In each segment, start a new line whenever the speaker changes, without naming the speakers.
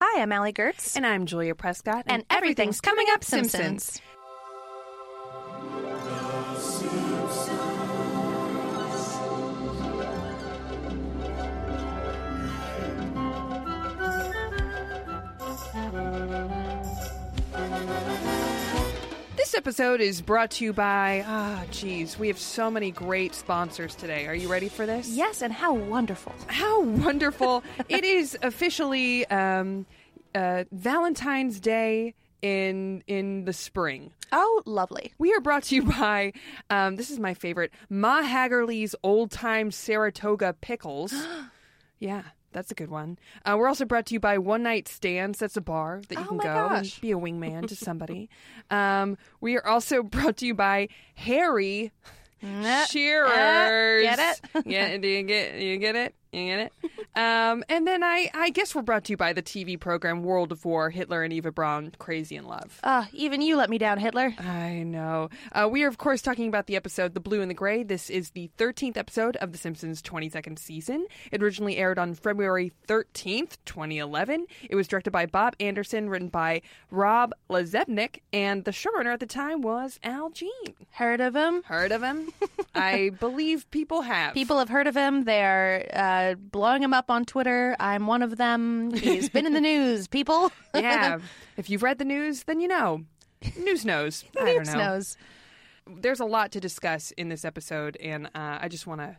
Hi, I'm Allie Gertz.
And I'm Julia Prescott.
And everything's coming up, Simpsons.
This episode is brought to you by, ah, geez, we have so many great sponsors today. Are you ready for this?
Yes, and how wonderful.
How wonderful. it is officially um, uh, Valentine's Day in in the spring.
Oh, lovely.
We are brought to you by, um, this is my favorite, Ma Haggerly's Old Time Saratoga Pickles. yeah, that's a good one. Uh, we're also brought to you by One Night Stands. That's a bar that you
Oh
can
my
go and
gosh.
be a wingman to somebody. um, we are also brought to you by Harry
Nah,
Shearers.
eh, get it?
yeah, do you get you get it? You get it? Um, and then I, I guess we're brought to you by the TV program World of War, Hitler and Eva Braun, Crazy in Love.
Ah, even you let me down, Hitler.
I know. Uh, we are, of course, talking about the episode The Blue and the Gray. This is the 13th episode of The Simpsons' 22nd season. It originally aired on February 13th, 2011. It was directed by Bob Anderson, written by Rob Lazebnik, and the showrunner at the time was Al Jean.
Heard of him?
Heard of him? I believe people have.
People have heard of him. They are uh, blowing him up on Twitter. I'm one of them. He's been in the news, people.
yeah. If you've read the news, then you know. News knows. I don't
News
know.
knows.
There's a lot to discuss in this episode, and uh, I just want to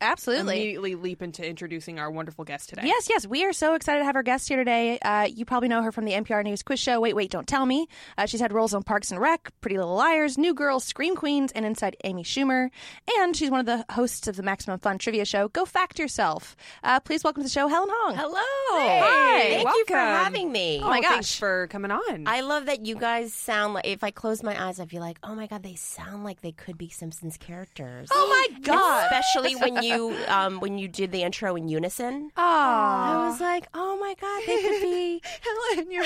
Absolutely.
immediately leap into introducing our wonderful guest today.
Yes, yes. We are so excited to have our guest here today. Uh, you probably know her from the NPR News quiz show, Wait, Wait, Don't Tell Me. Uh, she's had roles on Parks and Rec, Pretty Little Liars, New Girl, Scream Queens, and Inside Amy Schumer. And she's one of the hosts of the Maximum Fun trivia show, Go Fact Yourself. Uh, please welcome to the show, Helen Hong.
Hello.
Hi.
Thank you for
Welcome.
having me.
Oh my gosh.
gosh.
Thanks for coming on.
I love that you guys sound like if I close my eyes I'd be like, "Oh my god, they sound like they could be Simpsons characters."
Oh my God.
Especially when you um when you did the intro in unison.
Aw.
I was like, "Oh my god, they could be
Helen, you're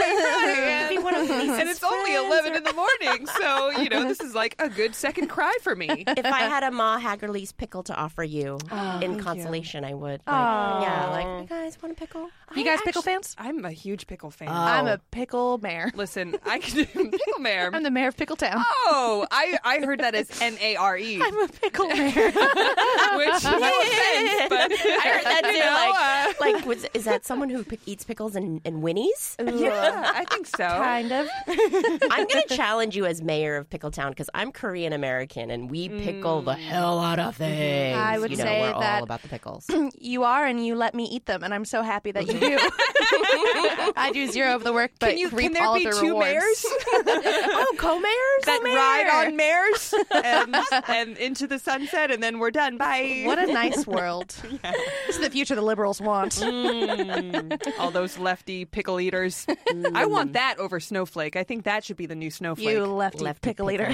could be one of these."
And it's only 11 in the morning, so, you know, this is like a good second cry for me.
If I had a Ma Haggerly's pickle to offer you
Oh,
in consolation, I would. Like, yeah, like, you guys want a pickle?
You guys pickle fans?
I'm a huge pickle fan.
I'm a pickle mayor.
Listen, I can pickle mare.
I'm the mayor of Pickle Town.
Oh, I, I heard that as N A R E, which
I'm a pickle mayor.
no offense, but
I heard that too.
you know, uh,
like, like was, is that someone who pick, eats pickles and, and Winnie's?
uh, yeah, I think so.
kind of.
I'm going to challenge you as mayor of Pickletown because I'm Korean American and we pickle the hell out of things.
Mm. Mm-hmm. I would
you know,
say
we're
that-
all about the pickles.
You are, and you let me eat them, and I'm so happy that you do. I do zero of the work, but
Can, you,
reap
can there
all
be
of the
two
rewards.
mares
oh, co-mayors?
that ride on mares and, and into the sunset, and then we're done. Bye.
What a nice world! This is the future the liberals want.
Mm, All those lefty pickle eaters.
Mm.
I want that over snowflake. I think that should be the new snowflake.
You lefty, pickle eater.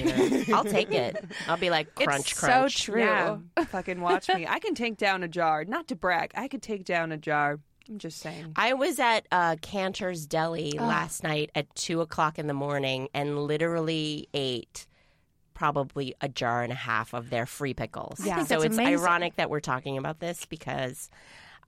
I'll take it. I'll be like crunch,
so
crunch.
true.
Yeah, fucking watch me. I can take down a jar. Not to brag, I could take down a jar. I'm just
Ah,
saying.
I was at uh, Cantor's Deli last night at two o'clock in the morning and literally ate probably a jar and a half of their free pickles.
Yeah. I think
so
that's
it's
amazing.
ironic that we're talking about this because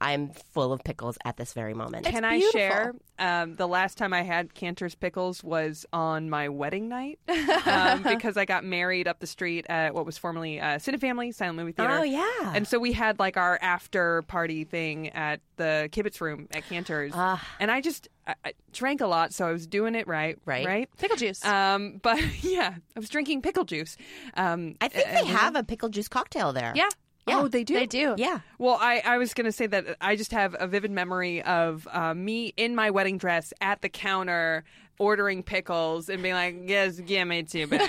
I'm full of pickles at this very moment.
Can I
beautiful.
share? Um, the last time I had Cantor's pickles was on my wedding night um, because I got married up the street at what was formerly uh, Cine Family Silent Movie Theater.
Oh yeah.
And so we had like our after party thing at the Kibitz room at Cantor's.
Ah.
And I just I, I drank a lot, so I was doing it right.
Right.
Right.
Pickle juice.
Um, but yeah, I was drinking pickle juice. Um,
I think they have a pickle juice cocktail there.
yeah.
Yeah. Oh, they do?
They do.
Yeah.
Well, I, I was going to say that I just have a vivid memory of uh, me in my wedding dress at the counter ordering pickles and being like, yes, give me two bags.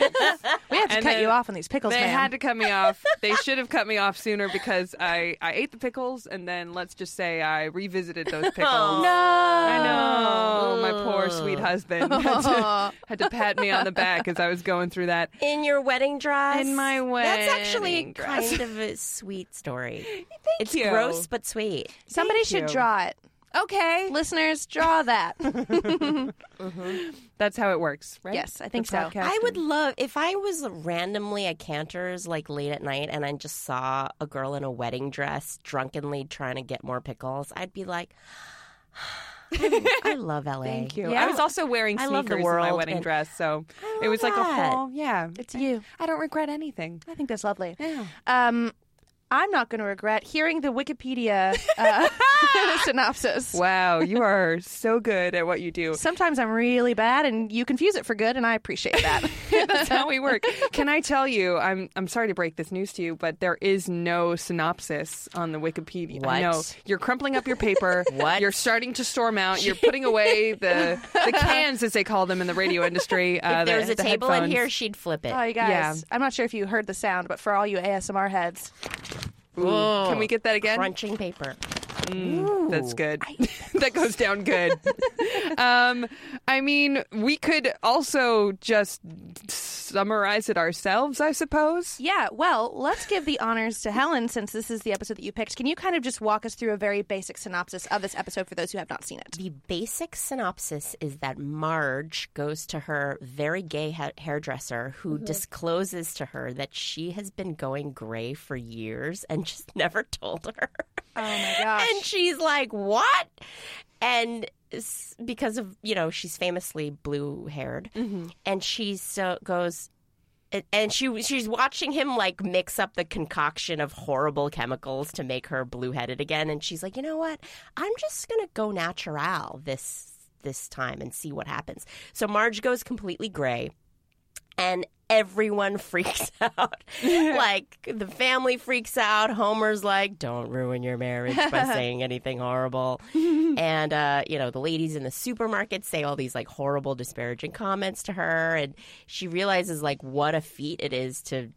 We have to
And
cut
then
you off on these pickles,
they
man.
had to cut me off. They should have cut me off sooner because I, I ate the pickles and then let's just say I revisited those pickles.
no.
I know. Oh, My poor sweet husband had to, had to pat me on the back as I was going through that.
In your wedding dress.
In my
That's actually
wedding dress.
kind of a sweet story. it's
you.
gross but sweet.
Somebody
Thank
should
you.
draw it.
Okay.
Listeners, draw that.
That's how it works, right?
Yes, I think
The
so.
podcast
I
and-
would love if I was randomly at Cantor's like late at night and I just saw a girl in a wedding dress drunkenly trying to get more pickles. I'd be like, I love LA.
Thank you.
Yeah.
I was also wearing
I
sneakers
love the
in my
world
wedding
and-
dress, so
love
it was like a
that.
whole yeah.
It's you.
I don't regret anything.
I think that's lovely.
Yeah.
Um, I'm not going to regret hearing the Wikipedia uh, synopsis.
Wow, you are so good at what you do.
Sometimes I'm really bad, and you confuse it for good, and I appreciate that.
That's how we work. Can I tell you? I'm I'm sorry to break this news to you, but there is no synopsis on the Wikipedia.
What?
No, you're crumpling up your paper.
What?
You're starting to storm out. You're putting away the the cans, as they call them in the radio industry. Uh,
If there
the-
was a
the
table in
headphones.
here, she'd flip it.
oh, you guys,
Yeah.
I'm not sure if you heard the sound, but for all you ASMR heads,
Ooh, Can we get that again?
Crunching paper.
That's good. that goes down good. um, I mean, we could also just summarize it ourselves, I suppose.
yeah. Well, let's give the honors to Helen since this is the episode that you picked. Can you kind of just walk us through a very basic synopsis of this episode for those who have not seen it?
The basic synopsis is that Marge goes to her very gay ha- hairdresser who
Mm-hmm.
discloses to her that she has been going gray for years and just never told her.
Oh my gosh.
And she's like, "What?" And s- because of you know she's famously blue haired,
Mm-hmm.
and she so goes, and- and she she's watching him like mix up the concoction of horrible chemicals to make her blue headed again, and she's like, "You know what? I'm just gonna go natural this this time and see what happens." So Marge goes completely gray and everyone freaks out. like the family freaks out. Homer's like, "Don't ruin your marriage by saying anything horrible." and uh, you know, the ladies in the supermarket say all these like horrible, disparaging comments to her, and she realizes like what a feat it is to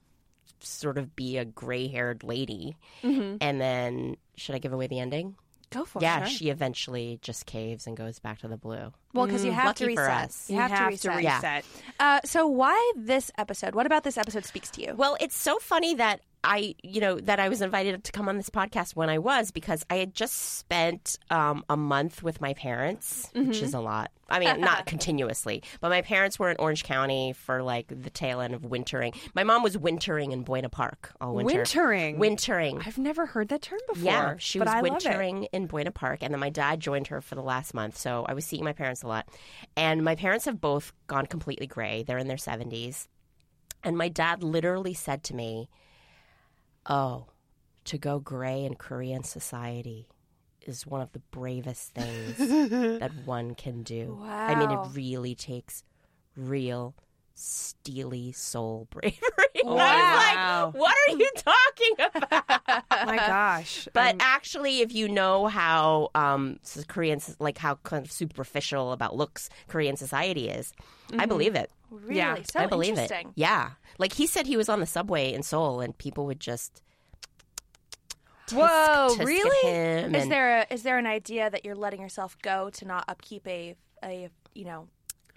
sort of be a gray-haired lady. And then, should I give away the ending?
Go for
yeah,
it.
she eventually just caves and goes back to the blue.
Well, because you have to
Mm, lucky for
reset.
us.
You have to reset.
Yeah.
Uh, so why this episode? What about this episode speaks to you?
Well, it's so funny that I, you know, that I was invited to come on this podcast when I was because I had just spent um, a month with my parents, which is a lot. I mean, not continuously, but my parents were in Orange County for like the tail end of wintering. My mom was wintering in Buena Park all winter.
Wintering.
Wintering.
I've never heard that term before.
Yeah, she
but
was
I love it.
wintering in Buena Park, and then my dad joined her for the last month. So I was seeing my parents a lot, and my parents have both gone completely gray. They're in their seventies, and my dad literally said to me, "Oh, to go gray in Korean society." Is one of the bravest things that one can do. I mean,
Wow.
it really takes real steely soul bravery.
Oh,
I
wow.
was like, what are you talking about?
Oh My gosh.
But
Um,
actually, if you know how um, s- Korean, s- like how kind of superficial about looks Korean society is, I believe it.
really,
yeah,
Mm-hmm. so
I believe it.
interesting.
Yeah, like he said, he was on the subway in Seoul, and people would just
Whoa,
tisk at
Oh, really?
him
Is
and-
there a, is there an idea that you're letting yourself go to not upkeep a a you know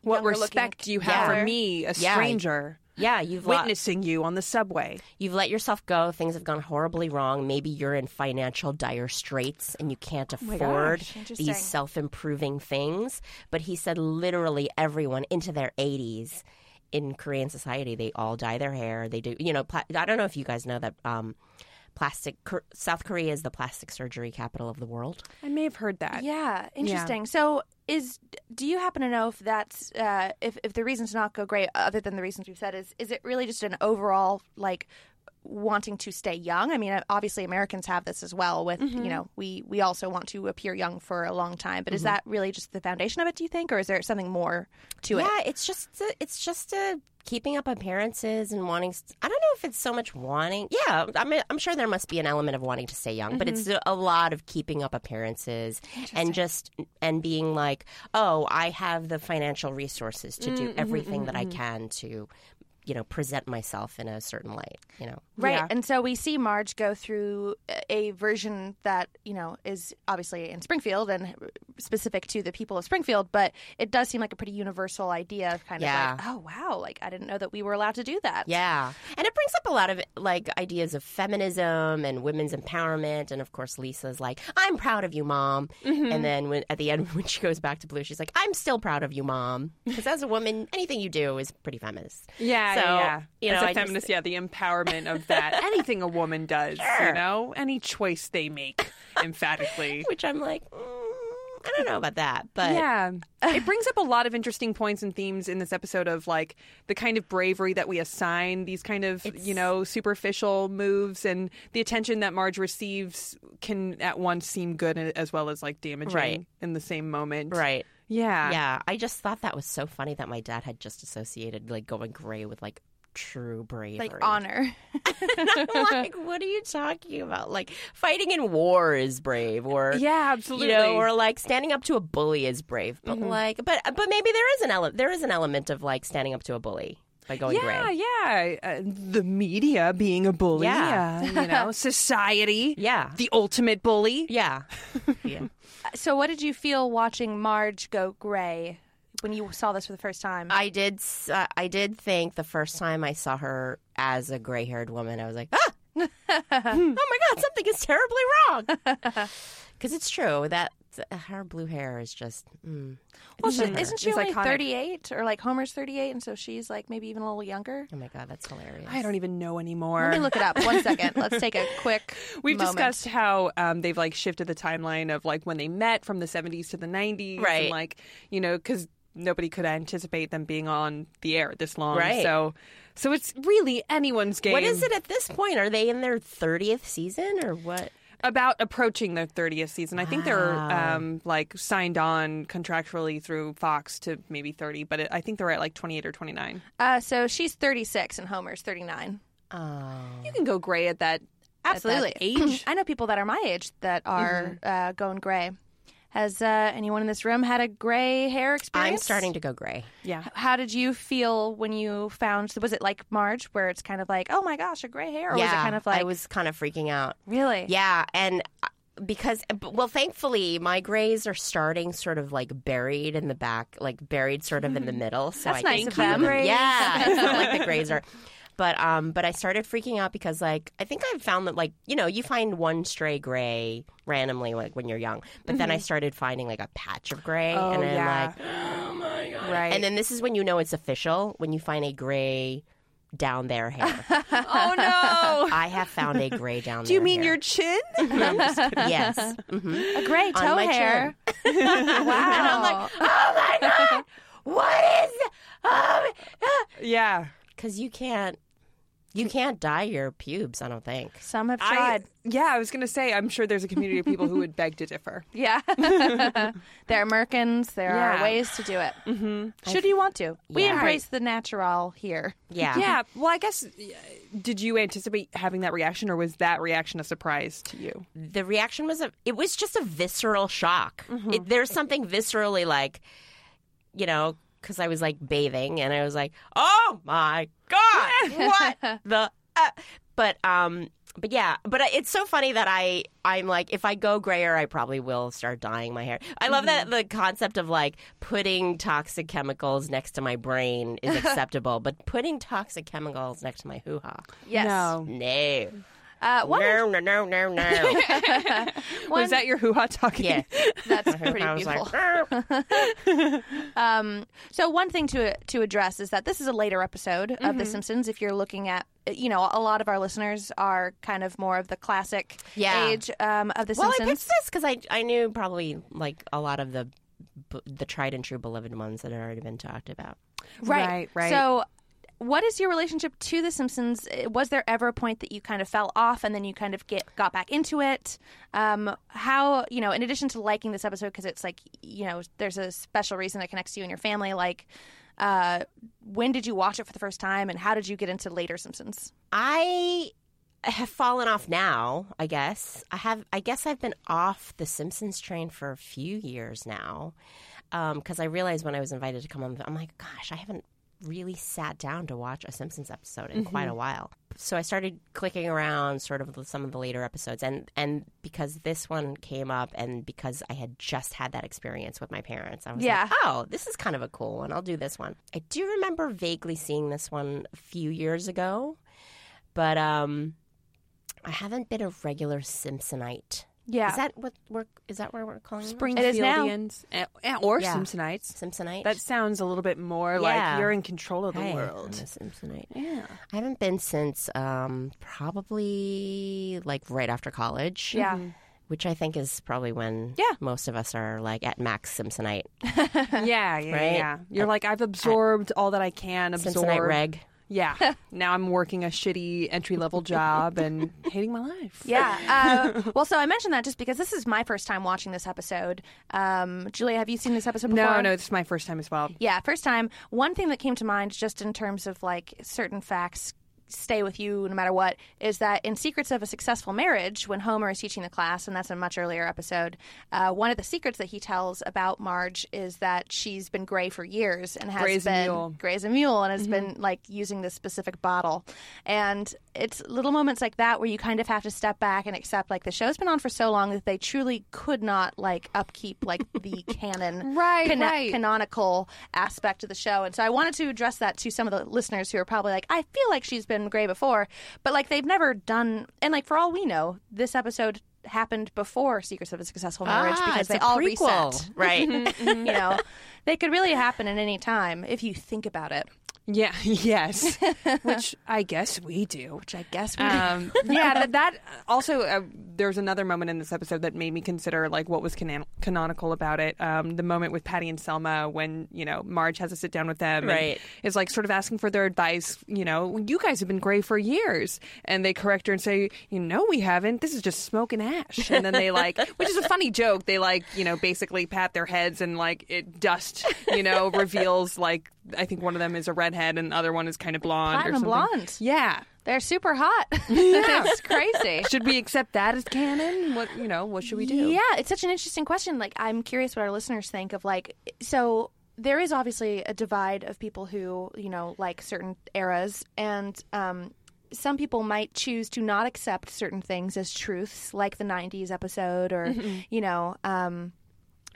what
younger looking-
respect do you have
Yeah.
for me, a
Yeah.
stranger,
yeah, you've lo-
witnessing you on the subway?
you've let yourself go. Things have gone horribly wrong. Maybe you're in financial dire straits and you can't afford
Oh gosh, interesting.
these self improving things. But he said literally everyone into their 80s in Korean society, they all dye their hair. They do, you know, pla- I don't know if you guys know that. Um, Plastic Kor- South Korea is the plastic surgery capital of the world.
I may have heard that.
Yeah, interesting. So is do you happen to know if that's uh, if if the reasons to not go great other than the reasons we've said is is it really just an overall like wanting to stay young? I mean, obviously Americans have this as well with, you know, we we also want to appear young for a long time, but is that really just the foundation of it do you think or is there something more to it?
Yeah, it's just a, it's just a keeping up appearances and wanting. st- I don't know if it's so much wanting. Yeah, I mean, I'm sure there must be an element of wanting to stay young, but it's
Mm-hmm.
a lot of keeping up appearances and just and being like, oh, I have the financial resources to
Mm,
do everything that I can to, you know, present myself in a certain light. You know,
Right.
Yeah.
And so we see Marge go through a- a version that, you know, is obviously in Springfield and specific to the people of Springfield, but it does seem like a pretty universal idea of kind
Yeah.
of like, oh, wow, like I didn't know that we were allowed to do that.
Yeah. And it brings up a lot of like ideas of feminism and women's empowerment. And of course, Lisa's like, I'm proud of you, mom.
Mm-hmm.
And then when, at the end, when she goes back to Blue, she's like, I'm still proud of you, mom. Because as a woman, anything you do is pretty feminist.
Yeah,
So,
yeah, yeah.
you know,
As a
I just-
feminist, yeah, the empowerment of that. Anything a woman does, you know, any choice they make, emphatically.
Which I'm like, mm, I don't know about that, but
yeah. it brings up a lot of interesting points and themes in this episode of like the kind of bravery that we assign these kind of, you know, superficial moves and the attention that Marge receives can at once seem good as well as like damaging
Right.
in the same moment.
right.
Yeah.
Yeah, I just thought that was so funny that my dad had just associated like going gray with like true bravery.
like honor.
I'm like, what are you talking about? Like fighting in war is brave, or
Yeah, absolutely.
you know, or like standing up to a bully is brave. But like, but but maybe there is an ele- there is an element of like standing up to a bully by going
yeah,
gray.
yeah. Uh, the media being a bully.
Yeah.
uh, you know, society.
Yeah,
The ultimate bully.
yeah, yeah.
So, what did you feel watching Marge go gray when you saw this for the first time?
I did. s- Uh, I did think the first time I saw her as a gray-haired woman, I was like, ah, oh my god, something is terribly wrong. Because it's true that uh, her blue hair is just. Mm,
well,
it's
she,
her.
isn't she
It's
only
iconic.
38 or like Homer's 38? And so she's like maybe even a little younger.
Oh my god, that's hilarious.
I don't even know
Let
anymore.
me look it up. One second. Let's take a quick.
We've
moment.
discussed how um, they've like shifted the timeline of like when they met from the 70s to the 90s, And
Right.
like you know, because nobody could anticipate them being on the air this long,
Right.
So, so it's really anyone's game.
What is it at this point? Are they in their thirtieth season or what?
about approaching their 30th season? I think they're
Wow.
um, like signed on contractually through Fox to maybe 30, but it, I think they're at like 28 or 29.
Uh, so she's 36 and Homer's 39.
Oh,
You can go gray at that. at that
Absolutely.
age.
I know people that are my age that are
Mm-hmm.
uh, going gray. Has uh, anyone in this room had a gray hair experience?
I'm starting to go gray.
yeah.
How did you feel when you found? Was it like Marge, where it's kind of like, oh my gosh, a gray hair? Or was it kind of like,
I was kind of freaking out.
really?
Yeah, and uh, because but- well, thankfully my grays are starting sort of like buried in the back, like buried sort of in the middle. So
Mm. That's
I
nice
can
of them.
keep- Yeah, it's not like the grays are. But um, but I started freaking out because like I think I've found that like you know you find one stray gray randomly like when you're young, but then
Mm-hmm.
I started finding like a patch of gray,
Oh,
and I'm
yeah.
like, oh my god!
Right.
And then this is when you know it's official when you find a gray down there hair.
oh no.
I have found a gray down there.
Do you mean
hair.
your chin?
yes? hmm
A gray toe
my
hair. wow. And I'm like,
Oh my god! What is?
yeah.
Because you can't, you can't dye your pubes. I don't think.
some have
I,
tried.
yeah, I was going to say, I'm sure there's a community of people who would beg to differ.
Yeah. there are merkins. There
Yeah.
are ways to do it. Mm-hmm. Should you want to? We
Yeah.
embrace the natural here.
Yeah.
Yeah. Well, I guess, uh, did you anticipate having that reaction or was that reaction a surprise to you?
The reaction was a. It was just a visceral shock. It, there's something viscerally like, you know, because I was like bathing and I was like, oh my god, what the. Uh, but um, but yeah, but I- it's so funny that I I'm like if I go grayer, I probably will start dyeing my hair. I love that the concept of like putting toxic chemicals next to my brain is acceptable, but putting toxic chemicals next to my hoo ha,
Yes.
No.
no,
Uh, one
no, no, no, no, no.
One-
Was that your hoo ha talking?
yeah,
That's pretty
I was
beautiful.
like. "Arr."
Um, so one thing to to address is that this is a later episode
Mm-hmm.
of The Simpsons. If you're looking at, you know, a lot of our listeners are kind of more of the classic
Yeah.
age um, of The
Well, I
Simpsons.
picked this because I I knew probably like a lot of the b- the tried and true beloved ones that had already been talked about.
Right, right.
So, what is your relationship to The Simpsons? Uh, Was there ever a point that you kind of fell off and then you kind of get got back into it? Um, how you know, in addition to liking this episode because it's like you know, there's a special reason that connects to you and your family, like. Uh, when did you watch it for the first time, and how did you get into later Simpsons?
I have fallen off now. I guess I have. I guess I've been off the Simpsons train for a few years now because I realized when I was invited to come on, I'm like, gosh, I haven't really sat down to watch a Simpsons episode in quite a while. So I started clicking around sort of with some of the later episodes and and because this one came up and because I had just had that experience with my parents, I was
Yeah.
like, oh, this is kind of a cool one. I'll do this one. I do remember vaguely seeing this one a few years ago, but um I haven't been a regular Simpsonite.
Yeah,
Is that what we're is that where we're calling them?
Springfieldians eh, eh, or
Yeah.
Simpsonites.
Simpsonite?
That sounds a little bit more
Yeah.
like you're in control of the
Hey, I'm
world.
a Simpsonite.
Yeah.
I haven't been since um, probably like right after college.
Mm-hmm.
yeah.
which I think is probably when
Yeah.
most of us are like at max Simpsonite,
Yeah, yeah,
Right?
yeah. You're like, I've absorbed all that I can absorb.
Simpsonite reg.
Yeah. now I'm working a shitty entry level job and hating my life.
Yeah. Uh, well, so I mentioned that just because this is my first time watching this episode. Um, Julia, have you seen this episode before?
No, no, this is my first time as well.
Yeah, first time. One thing that came to mind, just in terms of like certain facts stay with you no matter what, is that in Secrets of a Successful Marriage, when Homer is teaching the class, and that's a much earlier episode, uh, one of the secrets that he tells about Marge is that she's been gray for years and has
Gray's a
been
mule. Mm-hmm.
Gray's a mule and has been like using this specific bottle. And it's little moments like that where you kind of have to step back and accept like the show's been on for so long that they truly could not like upkeep like the canon
Right,
cana-
right.
canonical aspect of the show. And so I wanted to address that to some of the listeners who are probably like, I feel like she's been gray before, but like they've never done and like for all we know, this episode happened before Secrets of a Successful Marriage
Ah,
because
it's
they
a
all
prequel. Mm-hmm.
reset.
Right.
you know, they could really happen at any time if you think about it,
Yeah, yes. Which I guess we do.
which I guess we
Um, yeah, that, that also, uh, there's another moment in this episode that made me consider like what was canon- canonical about it. Um, the moment with Patty and Selma when, you know, Marge has to sit down with them and
Right.
is like sort of asking for their advice. You know, you guys have been gray for years. And they correct her and say, you know, we haven't. This is just smoke and ash. And then they like, which is a funny joke. They like, you know, basically pat their heads and like it dust, you know, reveals like, I think one of them is a redhead and the other one is kind of blonde
Platinum
or something.
blonde.
Yeah.
They're super hot. it's crazy.
Should we accept that as canon? What you know? What should we do?
Yeah, it's such an interesting question. Like, I'm curious what our listeners think of like. So there is obviously a divide of people who you know like certain eras, and um, some people might choose to not accept certain things as truths, like the '90s episode, or you know. Um,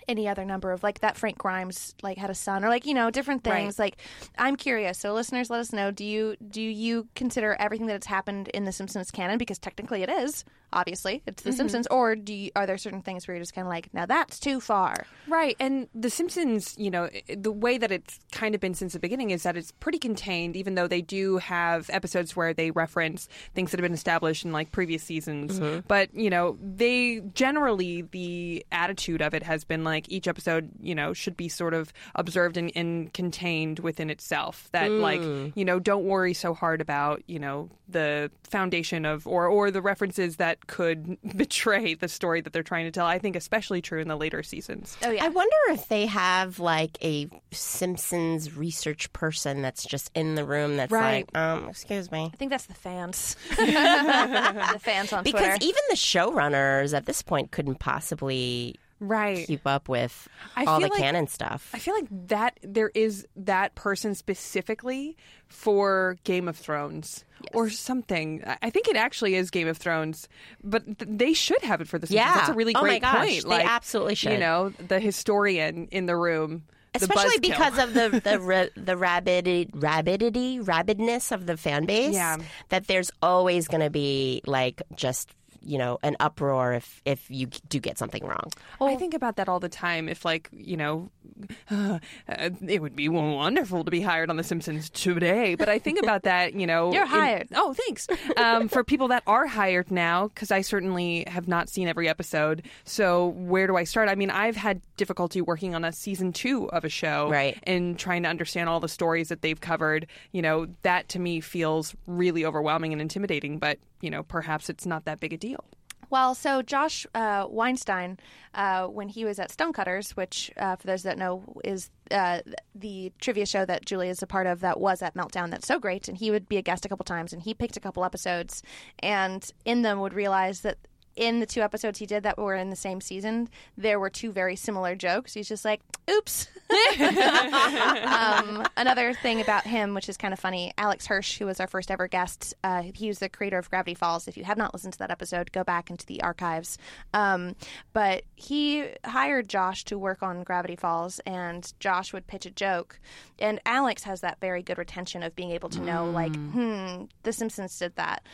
any other number of like that Frank Grimes like had a son or like you know different things like I'm curious so listeners let us know do you do you consider everything that's happened in the Simpsons canon because technically it is obviously it's the Simpsons or do you, are there certain things where you're just kind of like now that's too far
Right. And The Simpsons, you know, i- the way that it's kind of been since the beginning is that it's pretty contained, even though they do have episodes where they reference things that have been established in like previous seasons. But, you know, they generally, the attitude of it has been like each episode, you know, should be sort of observed and, and contained within itself. That, like, you know, don't worry so hard about, you know, the foundation of or, or the references that could betray the story that they're trying to tell. I think especially true in the later seasons.
oh yeah
I wonder if they have like a Simpsons research person that's just in the room that's
Right.
like, um, excuse me.
I think that's the fans the fans on
Because
Twitter
even the showrunners at this point couldn't possibly
Right.
keep up with
I
all the
feel like-
canon stuff.
I feel like that there is that person specifically for Game of Thrones or something. I- I think it actually is Game of Thrones, but th- they should have it for this.
Yeah.
that's a really
Oh my
great
gosh,
point.
they absolutely
You
should.
know, the historian in the room, the
Especially
buzzkill.
because of the the ra- the rabid rabidity rabidness of the fan base,
Yeah.
that there's always going to be like just you know an uproar if if you do get something wrong.
I
Oh.
think about that all the time. If like you know, uh, it would be wonderful to be hired on The Simpsons today. But I think about that. You know,
You're
in-
hired.
oh, thanks um, for people that are hired now because I certainly have not seen every episode. So where do I start? I mean, I've had difficulty working on a season two of a show,
Right.
and trying to understand all the stories that they've covered. You know, that to me feels really overwhelming and intimidating. But you know, perhaps it's not that big a deal.
Well, so Josh uh, Weinstein, uh, when he was at Stonecutters, which uh, for those that know is uh, the trivia show that Julie is a part of that was at Meltdown, that's so great, and he would be a guest a couple times, and he picked a couple episodes, and in them would realize that in the two episodes he did that were in the same season, there were two very similar jokes. He's just like, oops. um, another thing about him, which is kind of funny, Alex Hirsch, who was our first ever guest, uh, he was the creator of Gravity Falls. If you have not listened to that episode, go back into the archives. Um, but he hired Josh to work on Gravity Falls, and Josh would pitch a joke. And Alex has that very good retention of being able to know, like, hmm, The Simpsons did that.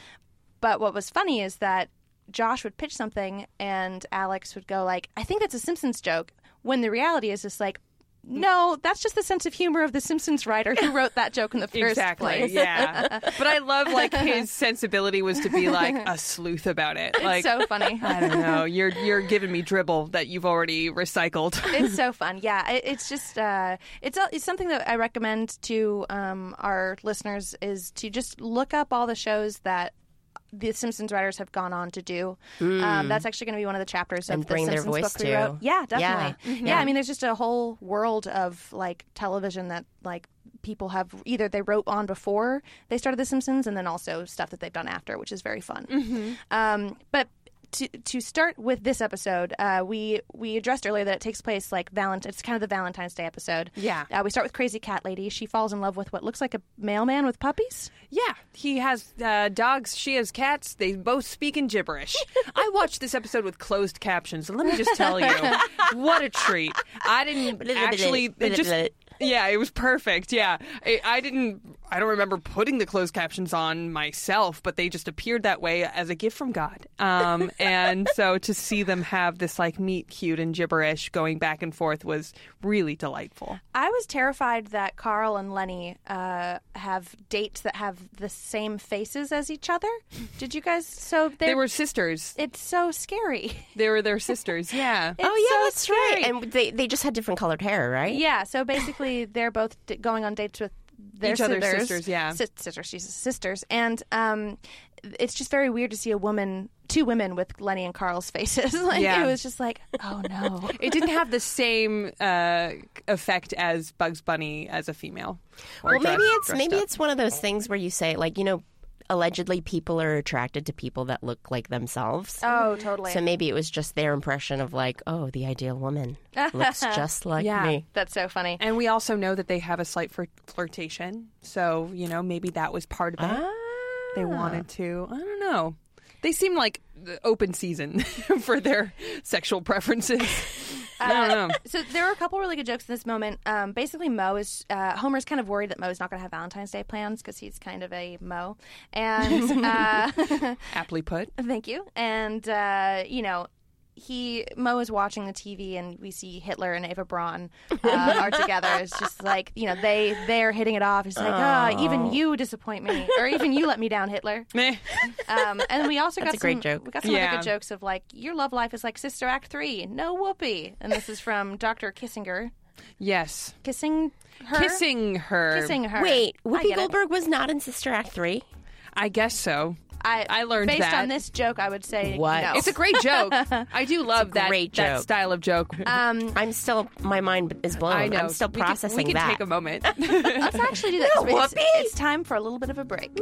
But what was funny is that Josh would pitch something and Alex would go like, "I think that's a Simpsons joke," when the reality is just like, no, that's just the sense of humor of the Simpsons writer who wrote that joke in the first
exactly.
place.
Yeah. But I love like his sensibility was to be like a sleuth about it. Like
so funny.
I don't know. You're you're giving me dribble that you've already recycled.
it's so fun. Yeah, it, it's just uh, it's a- it's something that I recommend to um, our listeners is to just look up all the shows that the Simpsons writers have gone on to do. Um, that's actually going to be one of the chapters
Mm. And
of
bring
the
their
Simpsons
voice
book we
to.
wrote. Yeah, definitely.
Yeah.
Mm-hmm. Yeah. I mean, there's just a whole world of like television that like people have either they wrote on before they started The Simpsons, and then also stuff that they've done after, which is very fun. Um, but to, to start with this episode, uh, we we addressed earlier that it takes place like Valentine. It's kind of the Valentine's Day episode.
Yeah.
Uh, we start with Crazy Cat Lady. She falls in love with what looks like a mailman with puppies.
Yeah, he has uh, dogs. She has cats. They both speak in gibberish. I watched this episode with closed captions. and Let me just tell you, what a treat! I didn't actually it just. Yeah, it was perfect. Yeah, I, I didn't. I don't remember putting the closed captions on myself, but they just appeared that way as a gift from God. Um, and so to see them have this like meet cute and gibberish going back and forth was really delightful.
I was terrified that Carl and Lenny uh, have dates that have the same faces as each other. Did you guys? So they,
They were sisters.
It's so scary.
They were their sisters. Yeah.
Oh yeah,
so
that's right. And they they just had different colored hair, right?
Yeah. So basically, they're both d- going on dates with their
Each other's
sisters.
sisters, yeah.
Sis- sisters, Jesus, sisters, and um, it's just very weird to see a woman, two women with Lenny and Carl's faces. like
Yeah.
it was just like, oh no.
It didn't have the same uh, effect as Bugs Bunny as a female. or
Well, maybe
dressed-
it's
dressed
maybe
up.
it's one of those things where you say like you know, allegedly people are attracted to people that look like themselves.
Oh, totally.
So maybe it was just their impression of like, oh, the ideal woman looks just like
Yeah.
me.
That's so funny.
And we also know that they have a slight flirt- flirtation, so you know maybe that was part of it.
Ah.
They wanted to. I don't know. They seem like the open season for their sexual preferences. I
Uh,
don't know.
So there were a couple really good jokes in this moment. Um, basically, Mo is uh, Homer's kind of worried that Mo's not going to have Valentine's Day plans because he's kind of a Mo, and uh,
Aptly put.
Thank you. And uh, you know, he Mo is watching the TV, and we see Hitler and Ava Braun uh, are together. It's just like you know they they're hitting it off. It's like oh. even you disappoint me, or even you let me down, Hitler.
Meh.
Um, and then we also got
a great
some,
joke.
We got some
Yeah.
other good jokes of like your love life is like Sister Act three, no whoopee. And this is from Doctor Kissinger
Yes,
kissing her,
kissing her.
kissing her.
Wait,
I get
Whoopi
it.
Goldberg was not in Sister Act three.
I guess so.
I,
I learned
based
that.
on this joke. I would say
What?
no.
It's a great joke. I do love that
great
that
joke.
style of joke.
Um,
I'm still, my mind is blown.
I know.
I'm still
We can-
processing
We can,
that.
take a moment.
Let's actually do that. 'cause
No,
it's,
Whoopi!
it's time for a little bit of a break.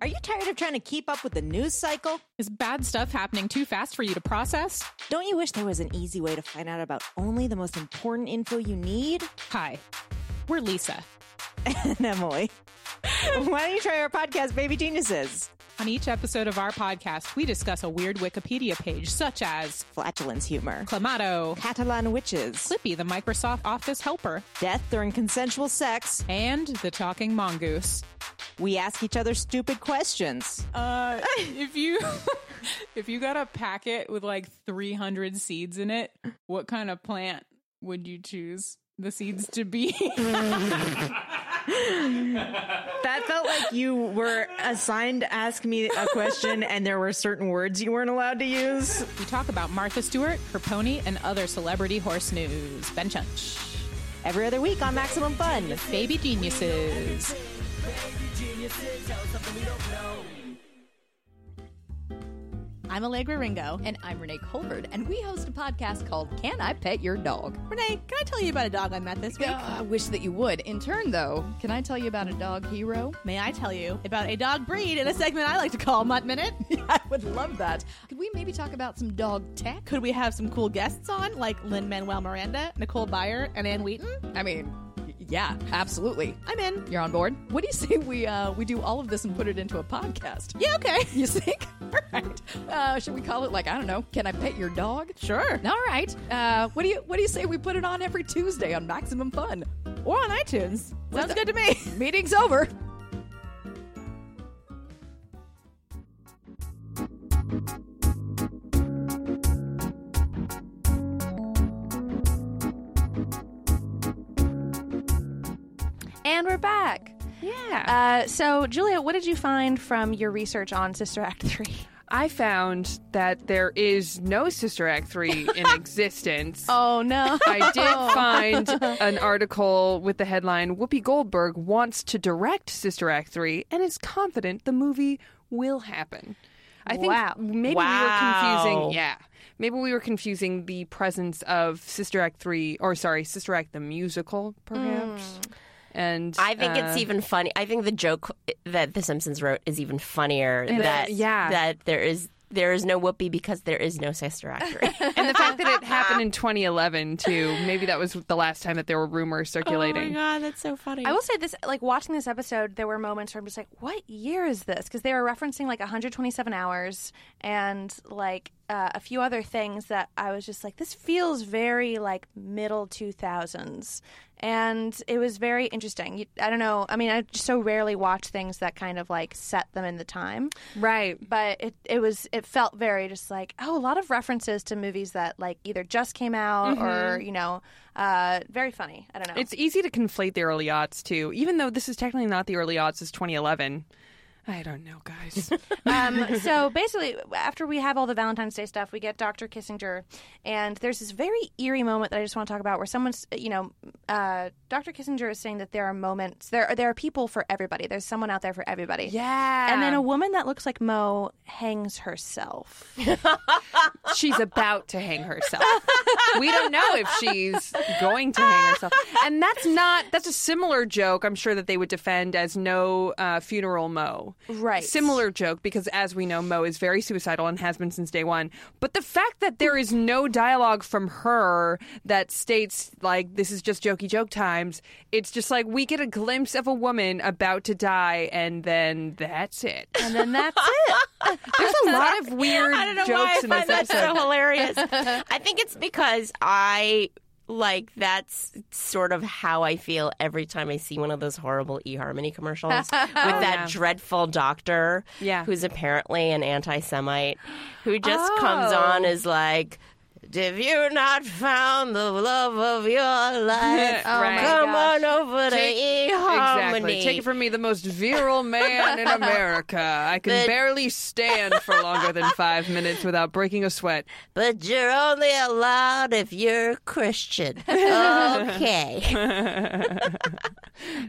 Are you tired of trying to keep up with the news cycle?
Is bad stuff happening too fast for you to process?
Don't you wish there was an easy way to find out about only the most important info you need?
Hi, we're Lisa.
And Emily, why don't you try our podcast, Baby Geniuses?
On each episode of our podcast, we discuss a weird Wikipedia page, such as
Flatulence humor,
Clamato,
Catalan witches,
Clippy, the Microsoft Office helper,
death during consensual sex.
and the Talking Mongoose.
We ask each other stupid questions.
Uh, if you if you got a packet with like 300 seeds in it, what kind of plant would you choose the seeds to be?
That felt like you were assigned to ask me a question and there were certain words you weren't allowed to use.
we talk about Martha Stewart, her pony, and other celebrity horse news. Ben Chunch.
Every other week on Maximum Fun.
Baby Geniuses.
I'm Allegra Ringo. And I'm Renee Colbert, and we host a podcast called Can I Pet Your Dog? Renee, can I tell you about a dog I met this week? I wish that you would. In turn, though, can I tell you about a dog hero? May I tell you about a dog breed in a segment I like to call Mutt Minute? I would love that. Could we maybe talk about some dog tech? Could we have some cool guests on, like Lynn Manuel Miranda, Nicole Byer, and Ann Wheaton? I mean, yeah, absolutely. I'm in. You're on board. What do you say we uh, we do all of this and put it into a podcast? Yeah, okay. You think? All right. Uh, should we call it like I don't know? Can I pet your dog? Sure. All right. Uh, what do you What do you say we put it on every Tuesday on Maximum Fun or on iTunes? Sounds good to me. Meeting's over.
Yeah.
Uh, so, Julia, what did you find from your research on Sister Act 3?
I found that there is no Sister Act 3 in existence.
Oh, no.
I did find an article with the headline Whoopi Goldberg wants to direct Sister Act 3 and is confident the movie will happen. I think
Wow.
maybe
Wow.
we were confusing, yeah. Maybe we were confusing the presence of Sister Act 3 or sorry, Sister Act the musical perhaps.
Hmm.
And
I think it's
uh,
even funny. I think the joke that The Simpsons wrote is even funnier. That
yeah.
that there is there is no Whoopi because there is no sister actor.
and the fact that it happened in 2011 too. Maybe that was the last time that there were rumors circulating.
god, that's so funny.
I will say this, like watching this episode, there were moments where I'm just like, what year is this? Because they were referencing like 127 hours and like uh, a few other things that I was just like, this feels very like middle 2000s. And it was very interesting. You- I don't know. I mean, I just so rarely watch things that kind of like set them in the time.
Right.
but it, it was it felt very just like oh a lot of references to movies that like either just came out or you know uh, very funny i don't know
Mm-hmm. It's easy to conflate the early aughts too, even though this is technically not the early aughts. It's 2011. I don't know, guys.
um, so basically after we have all the valentine's day stuff we get dr kissinger and there's this very eerie moment that i just want to talk about where someone's you know uh, dr kissinger is saying that there are moments there are, there are people for everybody there's someone out there for everybody
yeah.
and then a woman that looks like Mo hangs herself.
she's about to hang herself. we don't know if she's going to hang herself. And that's not, that's a similar joke, I'm sure, that they would defend as no uh, funeral Mo.
Right.
Similar joke, because as we know, Mo is very suicidal and has been since day one. But the fact that there is no dialogue from her that states, like, this is just jokey joke times, it's just like we get a glimpse of a woman about to die, and then that's it.
And then that's it.
There's a lot of weird
I don't know
jokes
why I
in
find
this
that
episode.
so hilarious. I think it's because I like that's sort of how I feel every time I see one of those horrible eHarmony commercials with that dreadful doctor
Oh, Yeah.
who's apparently an anti-Semite who just comes on
Oh.
as like have you not found the love of your
Oh
life?
Right.
Come on over to eHarmony.
Exactly. Take it from me, the most virile man in America. I can
The-
barely stand for longer than five minutes without breaking a sweat.
but you're only allowed if you're Christian. Okay.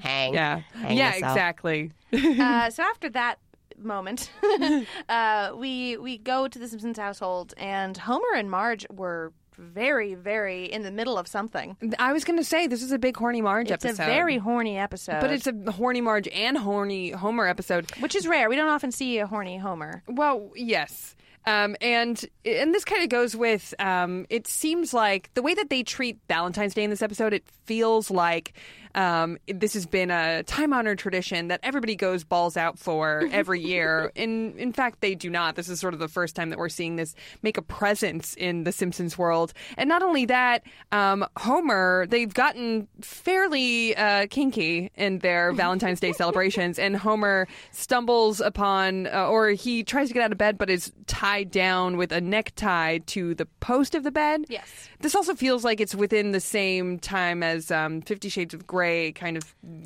Hang.
Yeah.
Hang
yeah,
yourself.
exactly.
uh, so after that moment, uh, we we go to the Simpsons household, and Homer and Marge were very, very in the middle of something.
I was going to say this is a big horny Marge
It's
episode.
a very horny episode,
but it's a horny Marge and horny Homer episode.
which is rare. We don't often see a horny Homer.
Well, yes. Um, and and this kind of goes with um, it seems like the way that they treat Valentine's Day in this episode, it feels like um, this has been a time honored tradition that everybody goes balls out for every year. in in fact, they do not. This is sort of the first time that we're seeing this make a presence in the Simpsons world. And not only that, um, Homer, they've gotten fairly uh, kinky in their Valentine's Day celebrations, and Homer stumbles upon, uh, or he tries to get out of bed, but is tied down with a necktie to the post of the bed.
Yes.
This also feels like it's within the same time as um, Fifty Shades of Grey kind of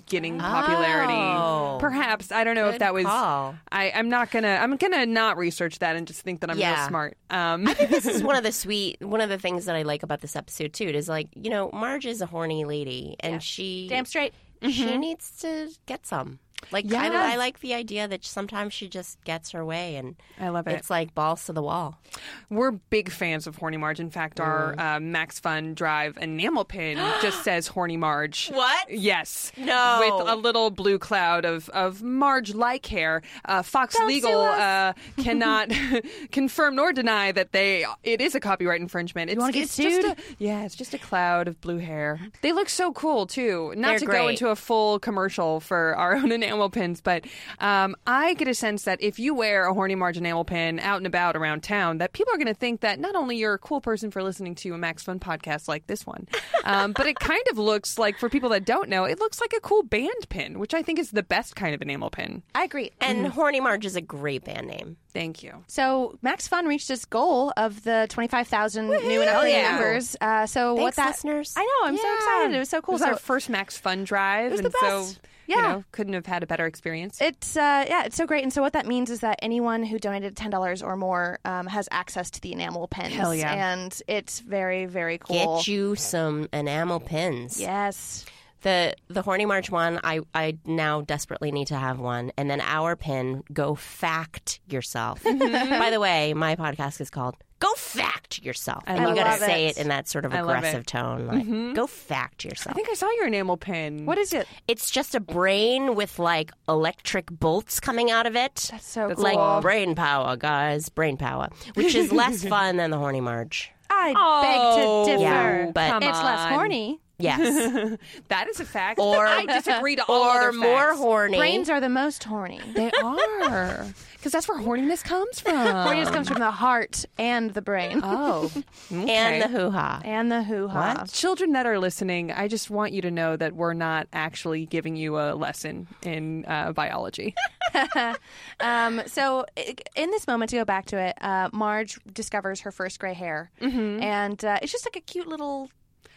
getting popularity.
Oh.
Perhaps. I don't know if
Good
that was.
call.
I, I'm not going to, I'm going to not research that and just think that I'm real
Yeah.
smart. Um,
this is one of the sweet one of the things that I like about this episode too. Is like you know Marge is a horny lady and she
Damn straight.
Mm-hmm.
she needs to get some. Like I,
Yeah.
I like the idea that sometimes she just gets her way and
I love it.
It's like balls to the wall.
We're big fans of Horny Marge. In fact,
Mm.
our uh, Max Fun Drive enamel pin just says Horny Marge.
What?
Yes.
No.
With a little blue cloud of, of Marge like hair. Uh, Fox Legal uh, cannot confirm nor deny that they it is a copyright infringement. It's,
wanna get
it's just
sued?
a- yeah, it's just a cloud of blue hair. They look so cool too. Not
They're
to go
great.
into a full commercial for our own enamel pins, but um, I get a sense that if you wear a horny Marge enamel pin out and about around town, that people are going to think that not only you're a cool person for listening to a Max Fun podcast like this one, um, but it kind of looks like, for people that don't know, it looks like a cool band pin, which I think is the best kind of enamel pin.
I agree.
Mm-hmm.
And horny Marge is a great band name.
Thank you.
So Max Fun reached his goal of the twenty five thousand new and updated
yeah.
numbers. Uh, so what
Thanks,
that
listeners.
I know I'm so excited. It was so
It
cool.
was
so
our first Max Fun drive,
was the
and
best.
so You
Yeah.
know, couldn't have had a better experience.
It's uh, yeah, it's so great. And so what that means is that anyone who donated ten dollars or more um, has access to the enamel pens.
Hell yeah.
And it's very very
Get
cool.
you some enamel pins.
Yes.
The the horny march one, I I now desperately need to have one. And then our pin, go fact yourself.
Mm-hmm.
By the way, my podcast is called Go Fact Yourself. and you
love
gotta
it.
say it in that sort of
love it. Mm-hmm.
aggressive tone, like go fact
I
yourself.
think I saw your enamel pin.
What is it?
It's just a brain with like electric bolts coming out of it.
That's so cool.
like brain power, guys, brain power, which is less fun than the horny march.
I
Oh,
beg to differ.
yeah, but-
come
it's less
on.
horny.
Yes,
That is a fact.
Or-
I disagree to all
or
other
more
facts.
horny.
Brains are the most horny.
They are, because that's where horniness comes from.
Horniness comes from the heart and the brain
Oh, uh,
and the hoo ha.
and the hoo ha.
children that are listening, I just want you to know that we're not actually giving you a lesson in uh, biology.
Um, so i- in this moment, to go back to it, uh, Marge discovers her first gray hair, and uh, it's just like a cute little.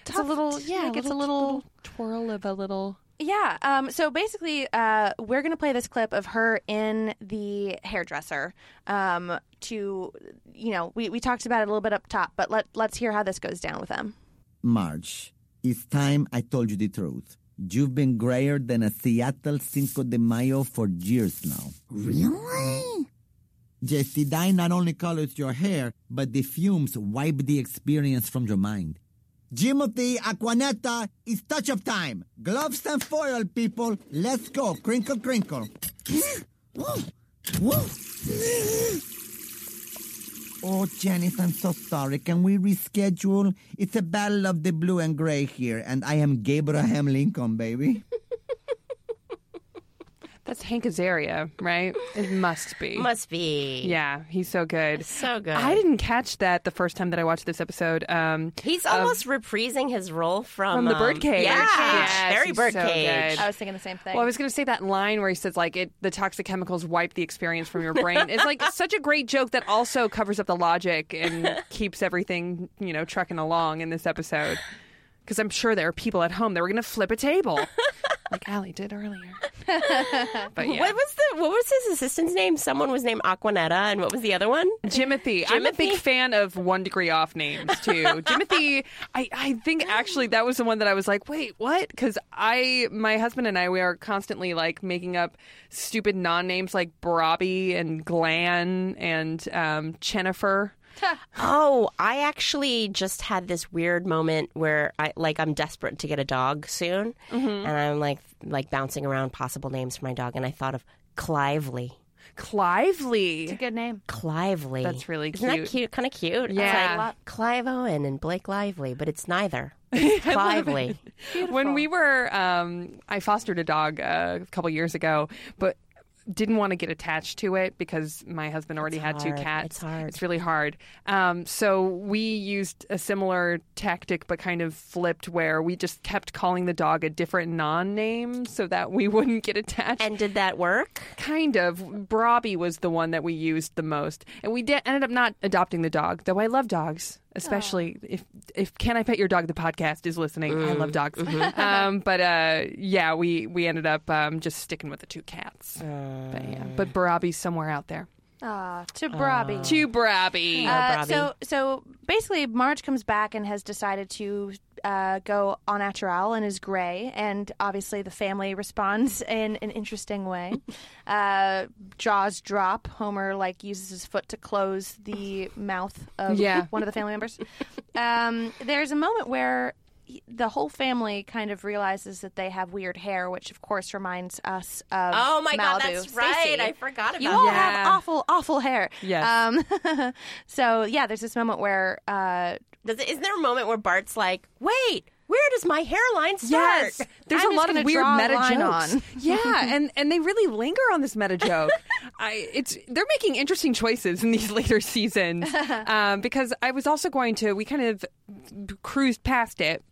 It's a little, yeah, like it's a little
twirl of a little.
Yeah. Um, so basically, uh, we're going to play this clip of her in the hairdresser. Um, to you know, we, we talked about it a little bit up top, but let let's hear how this goes down with them.
March, it's time I told you the truth. You've been grayer than a Seattle Cinco de Mayo for years now. Really? Jesse dye not only colors your hair, but the fumes wipe the experience from your mind. Jimothy Aquanetta, it's touch up time. Gloves and foil, people. Let's go. Crinkle, crinkle. Oh, Janice, I'm so sorry. Can we reschedule? It's a battle of the blue and gray here, and I am Gabraham Lincoln, baby.
That's Hank Azaria, right? It must be.
Must be.
Yeah, he's so good.
So good.
I didn't catch that the first time that I watched this episode. Um,
He's almost reprising his role from,
from the
um,
birdcage.
Yeah,
Yes,
very
he's so
birdcage.
good.
I was thinking the same thing.
Well, I was going to say that line where he says like it, the toxic chemicals wipe the experience from your brain. It's like such a great joke that also covers up the logic and keeps everything you know trucking along in this episode. Because I'm sure there are people at home that were going to flip a table, like Allie did earlier. But yeah,
What was the what was his assistant's name? Someone was named Aquanetta, and what was the other one?
Jimothy. I'm a big
Jimothy?
fan of one degree off names too. Jimothy, I, I think actually that was the one that I was like, wait, what? Because I, my husband and I, we are constantly like making up stupid non names like Brobby and Glan and um, Jennifer.
Oh, I actually just had this weird moment where I like I'm desperate to get a dog soon, and I'm like like bouncing around possible names for my dog, and I thought of Cliveley.
Cliveley.
good name.
Cliveley.
That's really
Isn't
cute.
that cute? Kind of cute.
Yeah.
It's like Clive Owen and Blake Lively, but it's neither. It's Cliveley.
When we were, um, I fostered a dog uh, a couple years ago, but didn't want to get attached to it because my husband already had two
hard.
cats.
It's hard.
It's really hard. Um, so we used a similar tactic, but kind of flipped, where we just kept calling the dog a different non-name so that we wouldn't get attached.
and did that work?
Kind of. Brobby was the one that we used the most, and we did, ended up not adopting the dog. Though I love dogs, especially if if Can I Pet Your Dog? The podcast is listening. I love dogs. um, but uh, yeah, we we ended up um, just sticking with the two cats. but yeah, but Brobby's somewhere out there.
Ah, to Brobby.
To Brobby.
Uh,
Brobby.
so so basically, Marge comes back and has decided to uh, go on natural and is gray, and obviously the family responds in an interesting way. uh, jaws drop. Homer like uses his foot to close the mouth of
Yeah.
one of the family members. um, there's a moment where. he- The whole family kind of realizes that they have weird hair, which of course reminds us of
Oh my God,
Malibu.
that's right.
Stacy.
I forgot about
you all
that.
have
Yeah.
awful, awful hair.
Yes.
Um, so yeah, there's this moment where uh,
Does it, isn't there a moment where Bart's like, wait, where does my hairline start?
Yes, there's
I'm
a
just
lot of
gonna
weird
draw a
meta
line
jokes.
on.
yeah, and and they really linger on this meta joke. I it's they're making interesting choices in these later seasons um, because I was also going to we kind of cruised past it.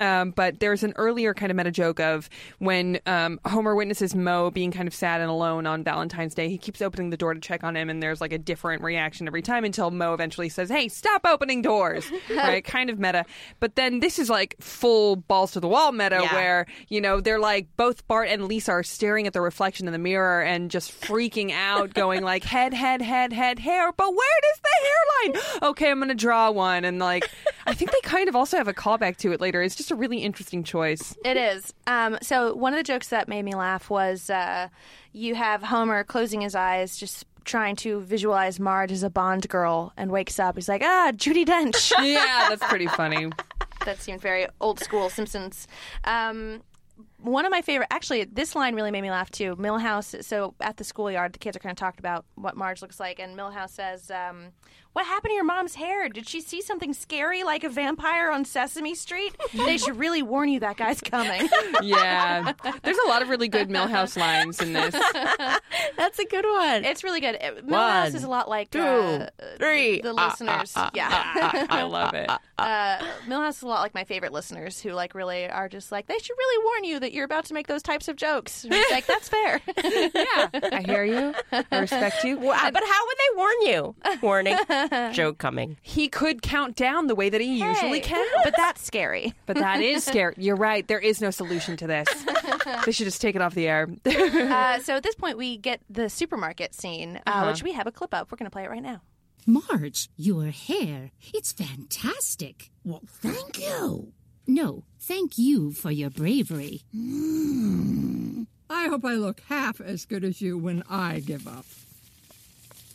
Um, but there's an earlier kind of meta joke of when um, Homer witnesses Mo being kind of sad and alone on Valentine's Day, he keeps opening the door to check on him, and there's like a different reaction every time until Mo eventually says, Hey, stop opening doors. right? Kind of meta. But then this is like full balls to the wall meta
Yeah.
where, you know, they're like both Bart and Lisa are staring at their reflection in the mirror and just freaking out, going like, Head, head, head, head, hair. But where does the hairline? Okay, I'm going to draw one. And like, I think they kind of also have a callback to it later. It's just a really interesting choice.
It is. Um, so one of the jokes that made me laugh was uh, you have Homer closing his eyes, just trying to visualize Marge as a Bond girl, and wakes up. He's like, ah, Judy Dench.
Yeah, that's pretty funny.
that seemed very old school Simpsons. Um, one of my favorite, actually, this line really made me laugh too. Millhouse. So at the schoolyard, the kids are kind of talking about what Marge looks like, and Millhouse says, um, "What happened to your mom's hair? Did she see something scary like a vampire on Sesame Street? they should really warn you that guy's coming."
Yeah. There's a lot of really good Millhouse lines in this.
That's a good one.
It's really good. It- Millhouse
One,
is a lot like uh,
Three.
the
Ah,
listeners.
ah, ah,
yeah,
I love it.
uh, Millhouse is a lot like my favorite listeners who like really are just like they should really warn you that you're about to make those types of jokes. And it's like that's fair.
Yeah. I hear you. I respect you.
Wow, but how would they warn you? Warning. Joke coming.
He could count down the way that he
Hey,
usually can.
but that's scary.
But that is scary. You're right. There is no solution to this. they should just take it off the air.
Uh, so at this point, we get the supermarket scene, uh, which we have a clip of. We're going to play it right now.
Marge, your hair. It's fantastic. Well, thank you. No, thank you for your bravery.
Hmm. I hope I look half as good as you when I give up.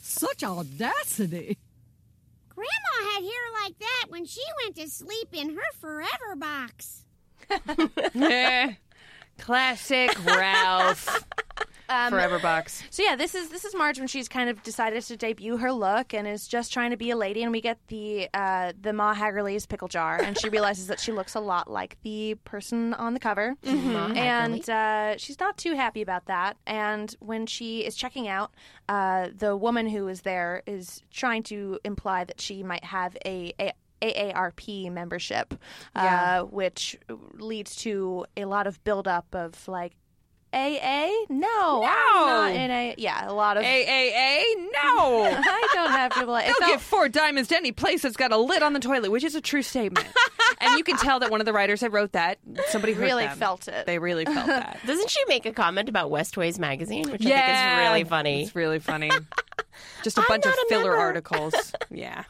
Such audacity!
Grandma had hair like that when she went to sleep in her forever box.
Classic Ralph. Forever box.
So yeah, this is this is Marge when she's kind of decided to debut her look and is just trying to be a lady. And we get the uh, the Ma Haggerly's pickle jar, and she realizes that she looks a lot like the person on the cover, and uh, she's not too happy about that. And when she is checking out, uh, the woman who is there is trying to imply that she might have a. a AARP membership, uh, which leads to a lot of buildup of like AA? No, no. I'm not in a yeah, a lot of
AAA? No.
I don't have to like it
Don't
felt,
give four diamonds to any place that's got a lid on the toilet, which is a true statement. and you can tell that one of the writers that wrote that, somebody heard
really
them.
felt it.
They really felt that.
Doesn't she make a comment about Westways magazine, which I think is really funny?
It's really funny. Just a bunch of
not a
filler
member.
articles. Yeah.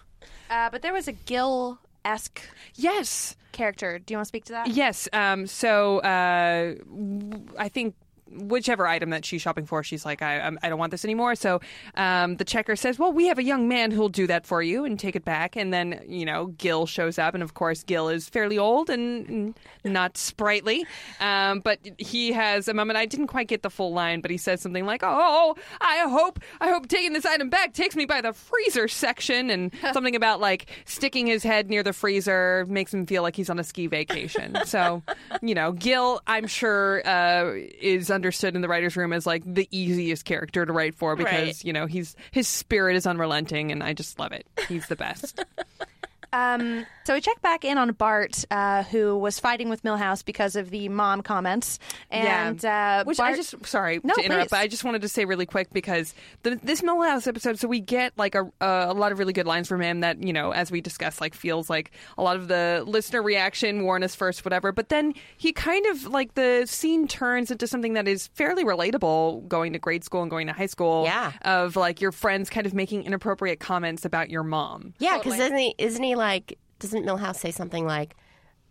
uh, but there was a Gil esque
Yes.
character. Do you want to speak to that?
Yes. Um, so uh, w- I think whichever item that she's shopping for, she's like, I, I'm- I don't want this anymore. So um, the checker says, Well, we have a young man who'll do that for you and take it back. And then, you know, Gil shows up. And of course, Gil is fairly old and and not sprightly. Um, but he has a moment. I didn't quite get the full line, but he says something like, Oh, I hope, I hope taking this item back takes me by the freezer section. And something about like sticking his head near the freezer makes him feel like he's on a ski vacation. So, you know, Gil, I'm sure, uh, is understood in the writer's room as like the easiest character to write for because,
Right.
you know, he's his spirit is unrelenting and I just love it. He's the best.
Um, so we check back in on Bart, uh, who was fighting with Millhouse because of the mom comments. And uh,
Which
Bart,
I just sorry
No,
to interrupt,
please.
but I just wanted to say really quick because the, this Millhouse episode, so we get like a, a lot of really good lines from him that you know, as we discussed, like feels like a lot of the listener reaction, warn us first, whatever. But then he kind of like the scene turns into something that is fairly relatable, going to grade school and going to high school.
Yeah.
of like your friends kind of making inappropriate comments about your mom.
Yeah, because isn't he? Isn't he like? Doesn't Millhouse say something like,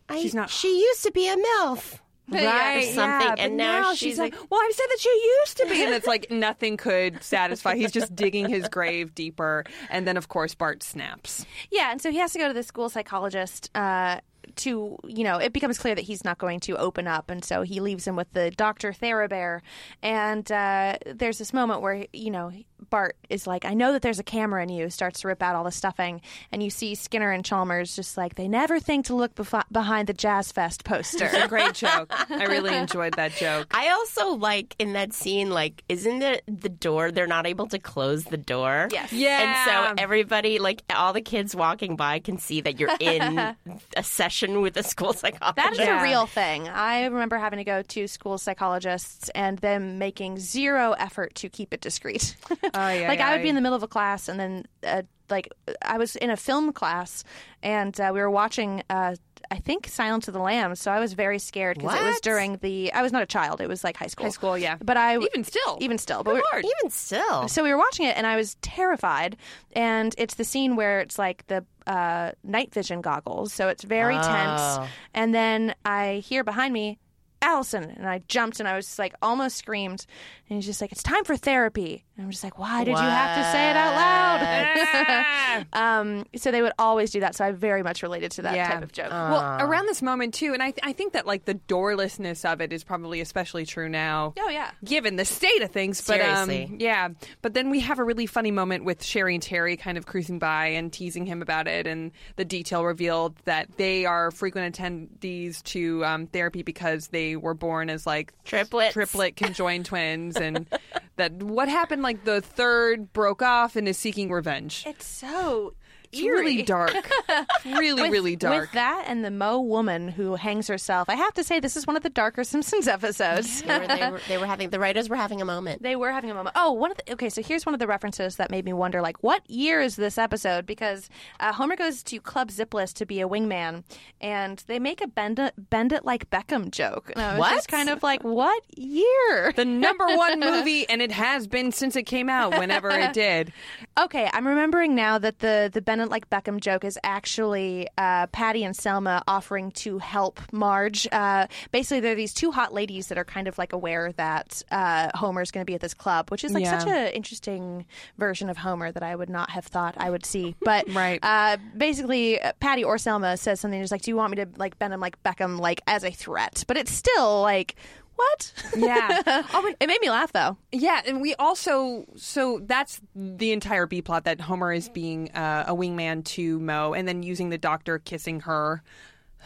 I,
She's not-
She used to be a milf, right? or something,
yeah, but
and now, she's, like,
well, I've said that she used to be, and it's like nothing could satisfy. He's just digging his grave deeper, and then of course Bart snaps.
Yeah, and so he has to go to the school psychologist. Uh, to you know, it becomes clear that he's not going to open up, and so he leaves him with the doctor Therabear. And uh, there's this moment where you know Bart is like, I know that there's a camera in you, starts to rip out all the stuffing, and you see Skinner and Chalmers just like, they never think to look befo- behind the Jazz Fest poster.
It's a great joke. I really enjoyed that joke.
I also like in that scene, like, isn't it the door? They're not able to close the door.
Yes.
Yeah.
And so everybody, like, all the kids walking by can see that you're in a session with a school psychologist.
That is a real thing. I remember having to go to school psychologists and them making zero effort to keep it discreet.
Oh,
like I would be in the middle of a class, and then uh, like I was in a film class, and uh, we were watching. Uh, I think Silence of the Lambs. So I was very scared because it was
What?
during the. I was not a child. It was like high school.
High school, yeah.
But I
Even still.
even still, but we
Lord.
Even still.
so we were watching it, and I was terrified. And it's the scene where it's like the uh, night vision goggles, so it's very
Ah.
tense. And then I hear behind me, Allison, and I jumped, and I was like almost screamed. And he's just like, "It's time for therapy." And I'm just like, "Why did you have to say it out loud?" um, so they would always do that. So I very much related to that
Yeah. Uh.
type of joke.
well, around this moment too, and I, th- I think that like the doorlessness of it is probably especially true now.
oh yeah.
given the state of things. But
Seriously.
um, yeah, but then we have a really funny moment with Sherry and Terry kind of cruising by and teasing him about it, and the detail revealed that they are frequent attendees to um, therapy because they were born as like
Triplets.
triplet conjoined twins, and that what happened like the third broke off and is seeking revenge.
It's so
It's really
eerie.
dark, really
With-
really dark.
With that and the Mo woman who hangs herself, I have to say this is one of the darker Simpsons episodes.
They were, they, were, they were having, the writers were having a moment.
They were having a moment. Oh, one of the, okay. So here's one of the references that made me wonder, like, what year is this episode? Because uh, Homer goes to Club Zipless to be a wingman, and they make a bend it, bend it like Beckham joke. And I was
What?
just kind of like, what year?
the number one movie, and it has been since it came out. Whenever it did,
Okay, I'm remembering now that the the Bennett like Beckham joke is actually uh, Patty and Selma offering to help Marge. Uh, basically, they're these two hot ladies that are kind of like aware that uh, Homer's going to be at this club, which is like
Yeah.
such an interesting version of Homer that I would not have thought I would see. But
Right.
uh, basically, uh, Patty or Selma says something just like, "Do you want me to like Benham like Beckham like as a threat?" But it's still like. What?
Yeah.
it made me laugh though.
Yeah, and we also so that's the entire B plot that Homer is being uh, a wingman to Mo, and then using the doctor kissing her.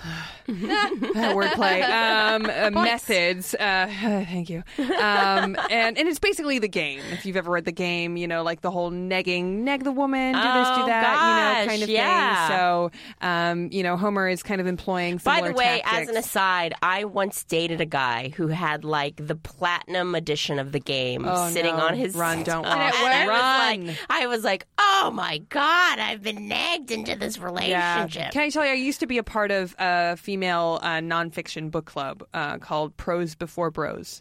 that wordplay um, uh, methods. Uh, thank you. Um, and and it's basically the game. If you've ever read the game, you know, like the whole negging, neg the woman, do this, do
Oh,
that, you know,
gosh,
kind of
yeah.
thing. So, um, you know, Homer is kind of employing.
By
Similar
the way, as an
tactics.
aside, I once dated a guy who had like the platinum edition of the game
Oh,
sitting
no.
on his
Run, don't
and
walk.
I was
Run.
like- I was like, oh my god, I've been nagged into this relationship.
Can I tell you, I used to be a part of a female uh, nonfiction book club uh, called Pros Before Bros.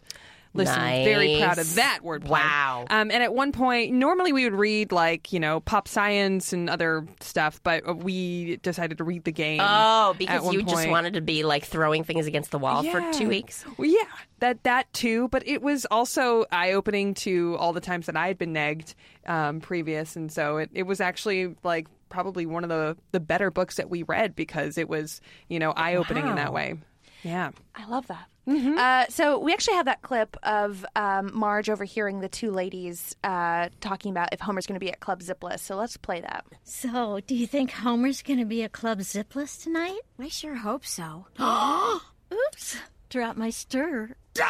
Listen, very proud of
Nice.
that wordplay.
Wow.
Um, and at one point, normally we would read like you know pop science and other stuff, but uh, we decided to read the game.
Oh,
at
because
one
you just
point.
wanted to be like throwing things against the wall
Yeah.
for two weeks.
Well, yeah, that that too. But it was also eye opening to all the times that I had been negged um, previous, and so it, it was actually like probably one of the the better books that we read because it was you know eye opening in that way. Yeah.
I love that. Uh, so we actually have that clip of um, Marge overhearing the two ladies uh, talking about if Homer's going to be at Club Zipless. So let's play that.
So, do you think Homer's going to be at Club Zipless tonight?
I sure hope so.
Oops, dropped my stir.
Give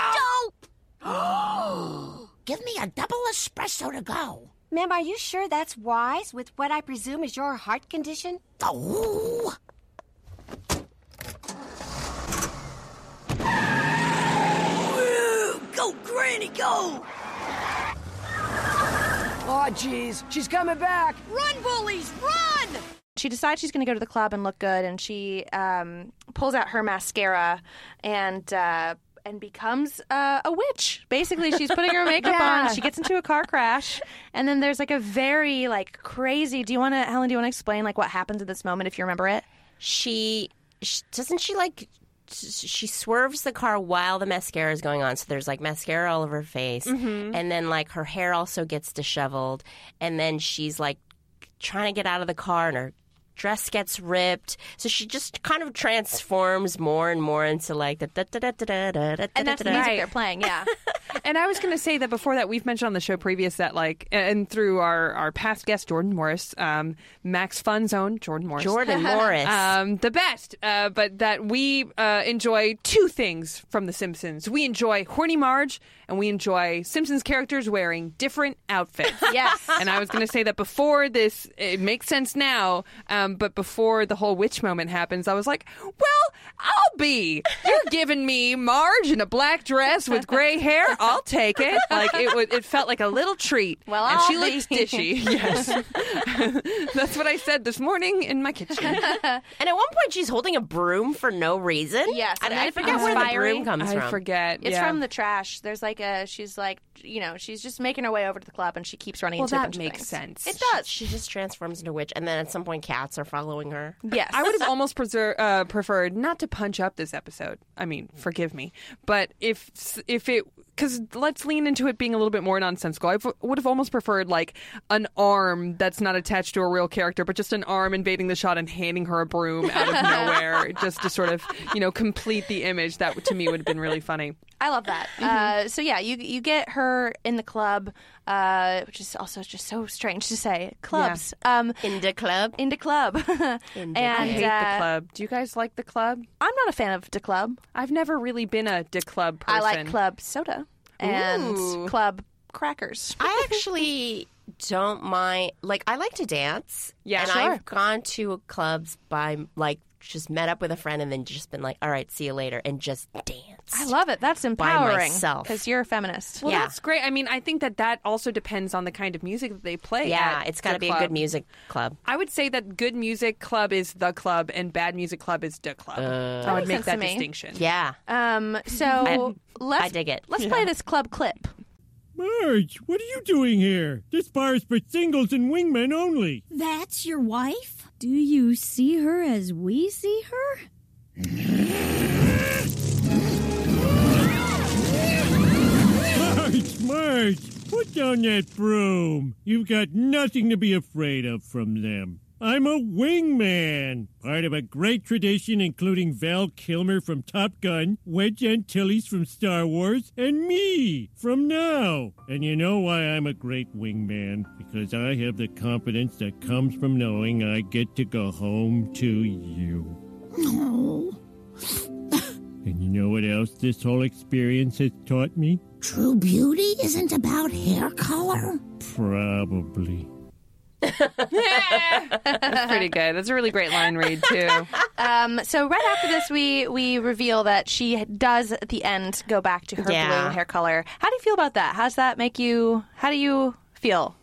me a double espresso to go. Ma'am, are you sure that's wise with what I presume is your heart condition? Oh.
Go, Granny, go! Aw, jeez, she's coming back! Run, bullies, run!
She decides she's going to go to the club and look good, and she um, pulls out her mascara and. Uh, and becomes uh, a witch. Basically, she's putting her makeup on. She gets into a car crash, and then there's like a very like crazy. Do you want to, Helen? Do you want to explain like what happens at this moment if you remember it?
She, sh doesn't she like s- she swerves the car while the mascara is going on so there's like mascara all over her face
Mm-hmm.
and then like her hair also gets disheveled and then she's like trying to get out of the car and her dress gets ripped so she just kind of transforms more and more into like the da da da da da da da
And that's the
da da
music they're playing. Yeah,
and I was going to say that before that, we've mentioned on the show previous that, like, and through our, our past guest, Jordan Morris, um, Max Fun Zone, Jordan Morris.
Jordan Morris.
um, the best. Uh, but that we uh, enjoy two things from The Simpsons we enjoy Horny Marge, and we enjoy Simpsons characters wearing different outfits.
Yes.
and I was going to say that before this, it makes sense now, um, but before the whole witch moment happens, I was like, well, I'll be. You're giving me Marge in a black dress with gray hair. I'll take it. Like it would. It felt like a little treat. Well, and
I'll
she looks
be.
dishy. Yes, that's what I said this morning in my kitchen.
And at one point, she's holding a broom for no reason.
Yes,
and
and
I,
I
forget where the broom
inspiring-
comes
I
from.
forget,
It's
yeah.
from the trash. There's like a she's like you know she's just making her way over to the club and she keeps running
Well,
into a
that
bunch of
makes
things.
sense.
It does.
She just transforms into a witch, and then at some point, cats are following her.
Yes.
I would have almost preser- uh, preferred not to punch up this episode. I mean, forgive me, but if if it because let's lean into it being a little bit more nonsensical. I would have almost preferred like an arm that's not attached to a real character, but just an arm invading the shot and handing her a broom out of nowhere, just to sort of you know complete the image. That to me would have been really funny.
I love that. Uh, so yeah, you you get her in the club, uh, which is also just so strange to say. Clubs, um,
into club,
into club,
and
I hate the
uh,
club. Do you guys like the club?
I'm not a fan of the club.
I've never really been a de club person.
I like club soda and
Ooh.
club crackers.
I actually don't mind. Like, I like to dance.
Yeah,
and
sure.
I've gone to clubs by like just met up with a friend and then just been like, "All right, see you later," and just dance.
I love it. That's empowering
myself.
because you're a feminist.
Well, that's great. I mean, I think that that also depends on the kind of music that they play.
yeah,
at
it's got to
the
be a
club.
good music club.
I would say that good music club is the club and bad music club is the club.
Uh,
I
That
would
makes
make
sense
that
to me.
distinction.
Yeah.
Um, so
I-
let's
I dig it.
Let's
Yeah.
play this club clip.
Marge, what are you doing here? This bar is for singles and wingmen only.
That's your wife? Do you see her as we see her?
Marge, Marge, put down that broom. You've got nothing to be afraid of from them. I'm a wingman, part of a great tradition including Val Kilmer from Top Gun, Wedge Antilles from Star Wars, and me from now. And you know why I'm a great wingman? Because I have the confidence that comes from knowing I get to go home to you. And you know what else this whole experience has taught me?
True beauty isn't about hair color.
Probably.
That's pretty good. That's a really great line read too.
Um, so right after this, we we reveal that she does at the end go back to her
Yeah.
blue hair color. How do you feel about that? How does that make you? How do you feel?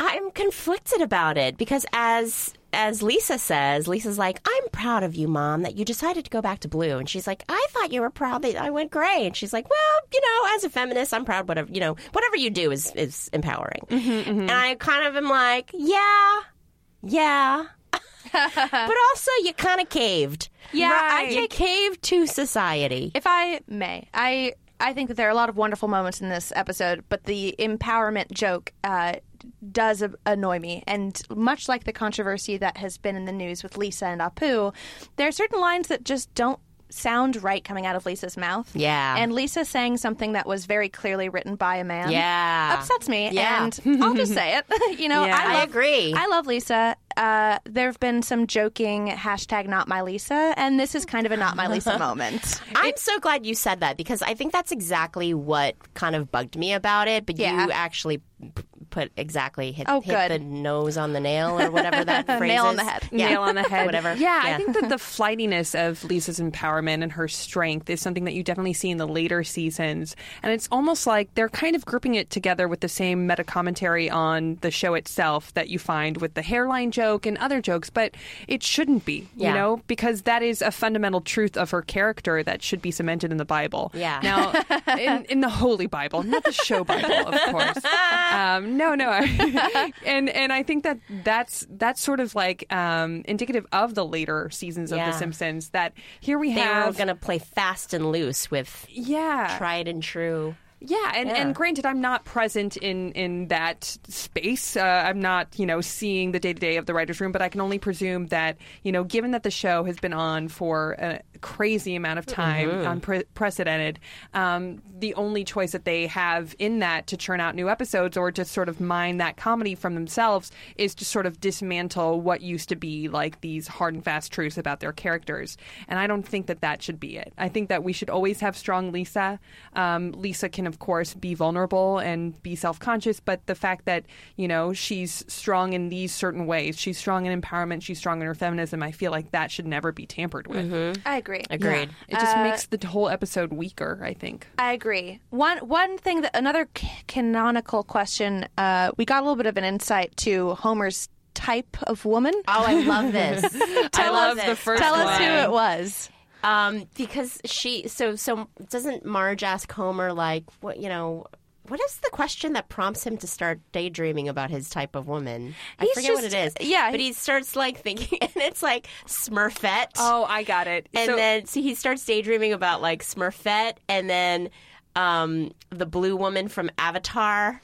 I'm conflicted about it because as as Lisa says, Lisa's like, "I'm proud of you, mom, that you decided to go back to blue." And she's like, "I thought you were proud that I went gray." And she's like, "Well, you know, as a feminist, I'm proud whatever, you know, whatever you do is is empowering."
Mm-hmm,
And I kind of am like, "Yeah. Yeah." but also you kind of caved.
Yeah,
Right.
I
you
take-
caved to society.
If I may, I I think that there are a lot of wonderful moments in this episode, but the empowerment joke uh, does a- annoy me. And much like the controversy that has been in the news with Lisa and Apu, there are certain lines that just don't sound right coming out of Lisa's mouth.
Yeah.
And Lisa saying something that was very clearly written by a man.
Yeah.
Upsets me.
Yeah.
And I'll just say it. you know,
Yeah. I
I, love,
agree.
I love Lisa. Uh, there have been some joking hashtag not my Lisa, and this is kind of a not my Lisa moment.
I'm so glad you said that because I think that's exactly what kind of bugged me about it. But
Yeah.
you actually p- put exactly hit,
Oh,
hit the
good.
nose on the nail or whatever that
Nail
phrase
on
is.
the head.
Yeah.
Nail on the head.
whatever.
Yeah, I think that the flightiness of Lisa's empowerment and her strength is something that you definitely see in the later seasons. And it's almost like they're kind of grouping it together with the same meta commentary on the show itself that you find with the hairline joke and other jokes, but it shouldn't be,
Yeah.
you know, because that is a fundamental truth of her character that should be cemented in the Bible.
Yeah.
Now, in, in the Holy Bible, not the show Bible, of course. Um, no, no, I- and and I think that that's that's sort of like um, indicative of the later seasons of
Yeah.
The Simpsons. That here we
they were
have,
going to play fast and loose with
yeah,
tried and true.
Yeah, and,
Yeah.
and granted, I'm not present in in that space. Uh, I'm not, you know, seeing the day to day of the writers' room, but I can only presume that, you know, given that the show has been on for a crazy amount of time,
Mhm.
unprecedented, um, the only choice that they have in that to churn out new episodes or to sort of mine that comedy from themselves is to sort of dismantle what used to be like these hard and fast truths about their characters. And I don't think that that should be it. I think that we should always have strong Lisa. Um, Lisa can, of course, be vulnerable and be self conscious, but the fact that, you know, she's strong in these certain ways, she's strong in empowerment, she's strong in her feminism, I feel like that should never be tampered with.
I agree.
Agreed. It just
Uh,
makes the whole episode weaker, I think.
I agree. One one thing that another c- canonical question. Uh, we got a little bit of an insight to Homer's type of woman. Oh,
I love this.
tell
I
us
love this.
Tell us who it was.
Um, because she so so doesn't Marge ask Homer like what you know what is the question that prompts him to start daydreaming about his type of woman? I
He's
forget what it
just-
is.
yeah,
but he, starts like thinking, and it's like Smurfette.
Oh, I got it.
And
So-
then see, he starts daydreaming about like Smurfette, and then um, the blue woman from Avatar.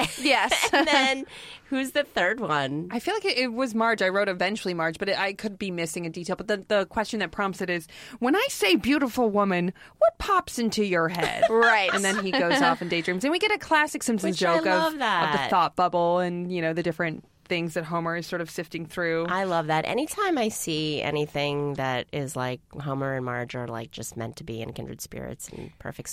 Yes.
and then who's the third one?
I feel like it, it was Marge. I wrote eventually Marge, but it, I could be missing a detail. But the, the question that prompts it is when I say beautiful woman, what pops into your head?
Right.
And then he goes off and daydreams. And we get a classic Simpsons
Which I
joke
love
of,
that.
of the thought bubble and, you know, the different things that Homer is sort of sifting through.
I love that. Anytime I see anything that is like Homer and Marge are like just meant to be and kindred spirits and perfect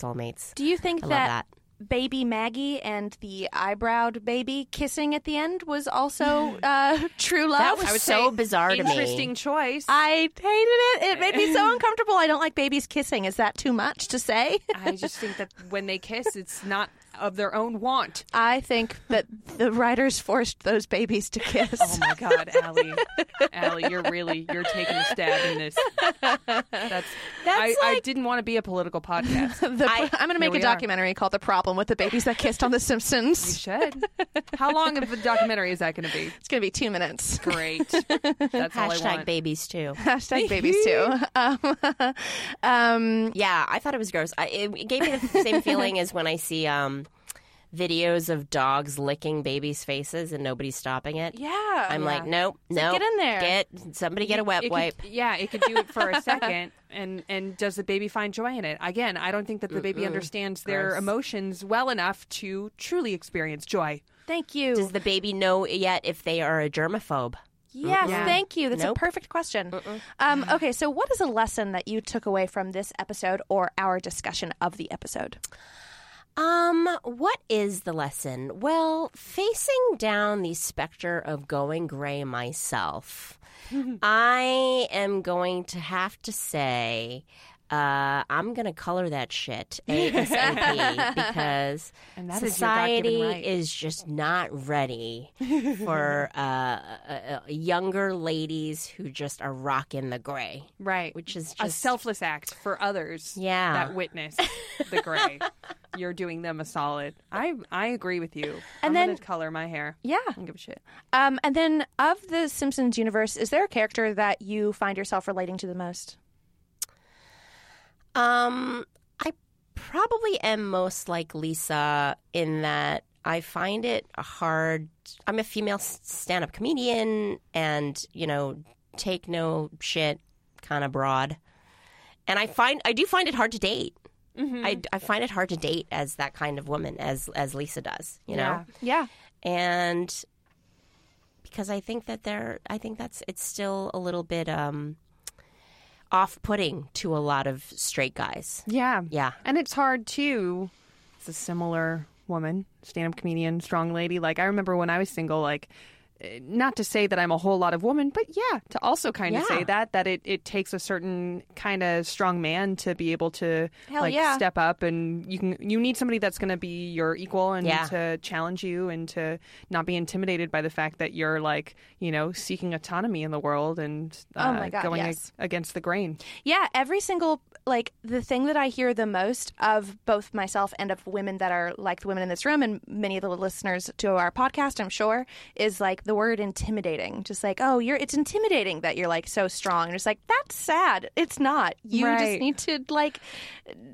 soulmates.
Do you think
I
that,
love that?
baby Maggie and the eyebrowed baby kissing at the end was also uh, true love?
was I would so say bizarre to me.
interesting choice.
I hated it. It made me so uncomfortable. I don't like babies kissing. Is that too much to say?
I just think that when they kiss, it's not of their own want.
I think that the writers forced those babies to kiss.
Oh my God, Allie. Allie, you're really you're taking a stab in this. That's, I, I didn't want to be a political podcast.
The- I, am going to
Here
make
we
a
are.
documentary called "The Problem with the Babies That Kissed on The Simpsons." You
should. How long of a documentary is that going to be?
It's going to be two minutes.
Great. That's all I
Hashtag
want.
babies too.
Hashtag babies too. Um, um,
yeah, I thought it was gross. I, it, it gave me the same feeling as when I see um, videos of dogs licking babies' faces and nobody's stopping it.
Yeah,
I'm like, nope,
It's like,
nope.
get in there.
Get somebody get a
It
wet
could-
wipe.
yeah, it could do it for a second. And and does the baby find joy in it? Again, I don't think that the baby
Mm-mm.
understands their
Gross.
emotions well enough to truly experience joy.
Thank you.
Does the baby know yet if they are a germaphobe?
Yes,
Mm-mm.
thank you. That's
Nope.
a perfect question. Um, okay, so what is a lesson that you took away from this episode or our discussion of the episode?
Um, what is the lesson? Well, facing down the specter of going gray myself, I am going to have to say, uh, I'm going to color that shit ASAP because
And that is your God-given
society
right.
is just not ready for uh, uh, uh, younger ladies who just are rocking the gray.
Right.
Which is
a
just-
selfless act for others
Yeah.
that witness the gray. You're doing them a solid. I I agree with you. And I'm
then-
gonna color my hair.
Yeah.
I don't give a shit.
Um, and then, of the Simpsons universe, is there a character that you find yourself relating to the most?
Um, I probably am most like Lisa in that I find it hard. I'm a female s- stand-up comedian, and you know, take no shit kind of broad. And I find I do find it hard to date. I, I find it hard to date as that kind of woman as as Lisa does, you know.
Yeah.
And because I think that there, I think that's it's still a little bit um off-putting to a lot of straight guys.
Yeah.
Yeah.
And it's hard too. It's a similar woman, stand up comedian, strong lady. Like, I remember when I was single, like, eh, not to say that I'm a whole lot of woman, but yeah, to also kind of
Yeah.
say that, that it, it takes a certain kind of strong man to be able to
Hell
like
yeah.
step up and you can, you need somebody that's going to be your equal and
Yeah.
to challenge you and to not be intimidated by the fact that you're like, you know, seeking autonomy in the world and uh,
Oh my God,
going
yes.
ag- against the grain.
Yeah, every single like the thing that I hear the most of both myself and of women that are like the women in this room and many of the listeners to our podcast, I'm sure, is like the word intimidating. Just like, oh, you're it's intimidating that you're like so strong. And it's like, that's sad. It's not. You
Right.
just need to like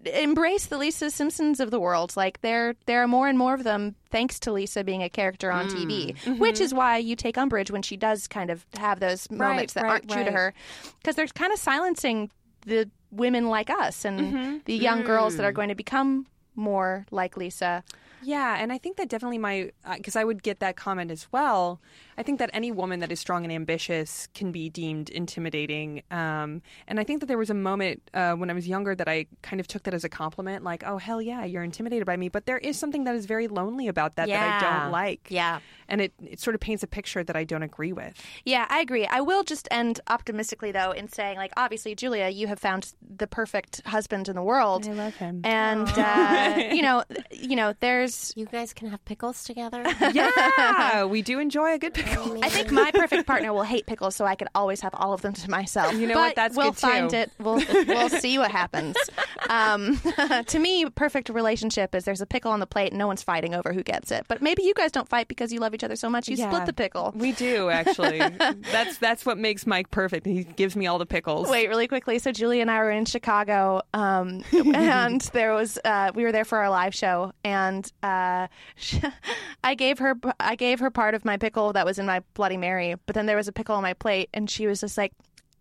embrace the Lisa Simpsons of the world. Like there there are more and more of them thanks to Lisa being a character on TV, which is why you take umbrage when she does kind of have those moments that
right,
aren't true to
right.
her because they're kind of silencing the women like us and
Mhm.
the young girls that are
Mm.
going to become more like Lisa.
Yeah, and I think that definitely my because I would get that comment as well. I think that any woman that is strong and ambitious can be deemed intimidating. Um, and I think that there was a moment uh, when I was younger that I kind of took that as a compliment, like, "Oh hell yeah, you're intimidated by me." But there is something that is very lonely about that that I
Yeah.
don't like.
Yeah,
and it it sort of paints a picture that I don't agree with.
Yeah, I agree. I will just end optimistically though in saying like obviously Julia, you have found the perfect husband in the world. I
love him.
And uh, you know, you know, there's
You guys can have pickles together.
yeah, we do enjoy a good pickle.
I think my perfect partner will hate pickles, so I could always have all of them to myself.
You know
But
what? That's
we'll
good, too.
find it. We'll we'll see what happens. Um, to me, perfect relationship is there's a pickle on the plate, and no one's fighting over who gets it. But maybe you guys don't fight because you love each other so much. You
Yeah.
split the pickle.
We do actually. that's that's what makes Mike perfect. He gives me all the pickles.
Wait, really quickly. So Julie and I were in Chicago, um, and there was uh, we were there for our live show, and uh, I gave her I gave her part of my pickle that was in my Bloody Mary, but then there was a pickle on my plate, and she was just like,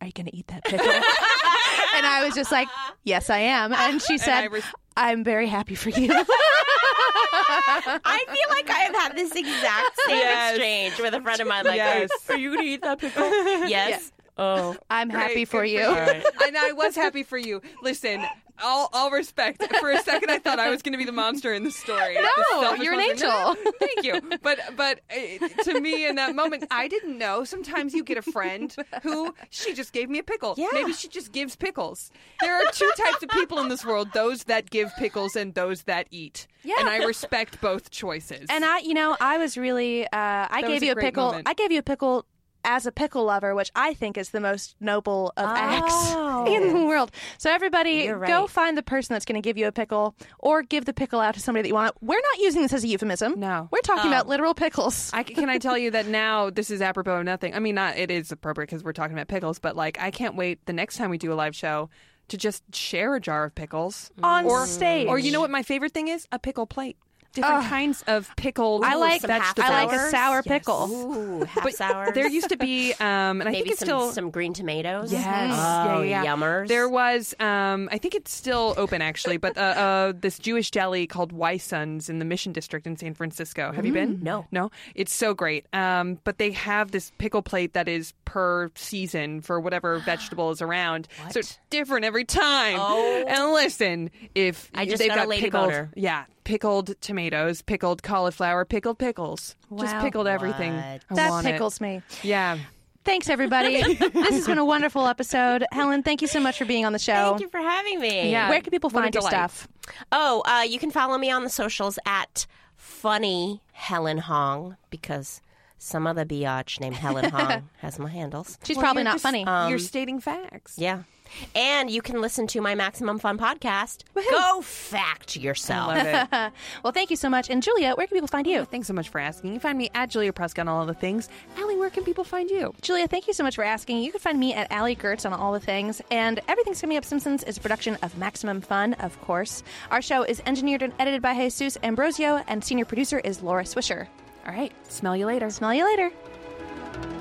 "Are you gonna eat that pickle?" and I was just like, "Yes, I am." And she said, "I'm very happy for you."
I feel like I have had this exact same
Yes.
exchange with a friend of mine. Like,
Yes.
"Hey, are you going to eat that pickle? yes. Oh,
I'm happy for you.
and I was happy for you. Listen, all, all respect. For a second, I thought I was going to be the monster in the story.
No,
The selfish
you're an
monster. No,
angel.
thank you. But but uh, to me, in that moment, I didn't know. Sometimes you get a friend who she just gave me a pickle.
Yeah.
Maybe she just gives pickles. There are two types of people in this world: those that give pickles and those that eat.
Yeah.
And I respect both choices.
And I, you know, I was really, uh, I
That was
gave
a
you a
great
pickle.
moment.
I gave you a pickle as a pickle lover, which I think is the most noble of
Oh.
acts in the world. So everybody,
You're
go
right.
find the person that's going to give you a pickle, or give the pickle out to somebody that you want. We're not using this as a euphemism. No, we're talking about literal pickles.
I, can I tell you that now this is apropos of nothing? I mean, not it is appropriate because we're talking about pickles, but like I can't wait the next time we do a live show to just share a jar of pickles
Mm. On
or,
stage.
Or you know what my favorite thing is? A pickle plate. Different
Ugh.
kinds of pickled.
I like
that's the
I like a
flowers.
sour
Yes.
pickle.
Ooh, half
But
sour.
There used to be, um, and I
Maybe
think it's
some,
still Mm-hmm.
some green tomatoes.
Yes.
Oh,
yeah, yeah, yeah.
yummers.
There was, um, I think it's still open actually, but uh, uh, this Jewish deli called Weissons in the Mission District in San Francisco. Have you been?
Mm, no.
No? It's so great. Um, but they have this pickle plate that is per season for whatever vegetable is around. So it's different every time.
Oh.
And listen, if
I just
they've
got a
got
lady
pickled,
boner.
yeah, pickled tomatoes, pickled cauliflower, pickled pickles. Just
Wow.
pickled everything.
What?
I
That
want it.
pickles me.
Yeah.
Thanks, everybody. this has been a wonderful episode. Helen, thank you so much for being on the show.
Thank you for having me.
Yeah. Where can people
What a
find your
delight.
stuff?
Oh, uh, you can follow me on the socials at funny Helen Hong because some other biatch named Helen Hong has my handles.
She's probably not funny.
Um,
You're Oh. stating facts.
yeah. And you can listen to my Maximum Fun podcast. Go fact yourself.
well, thank you so much. And Julia, where can people find you?
Thanks so much for asking. You can find me at Julia Prescott on all of the things. Allie, where can people find you?
Julia, thank you so much for asking. You can find me at Allie Gertz on all the things. And Everything's Coming Up Simpsons is a production of Maximum Fun, of course. Our show is engineered and edited by Jesus Ambrosio, and senior producer is Laura Swisher.
All right. Smell you later.
Smell you later.
MaximumFun.org.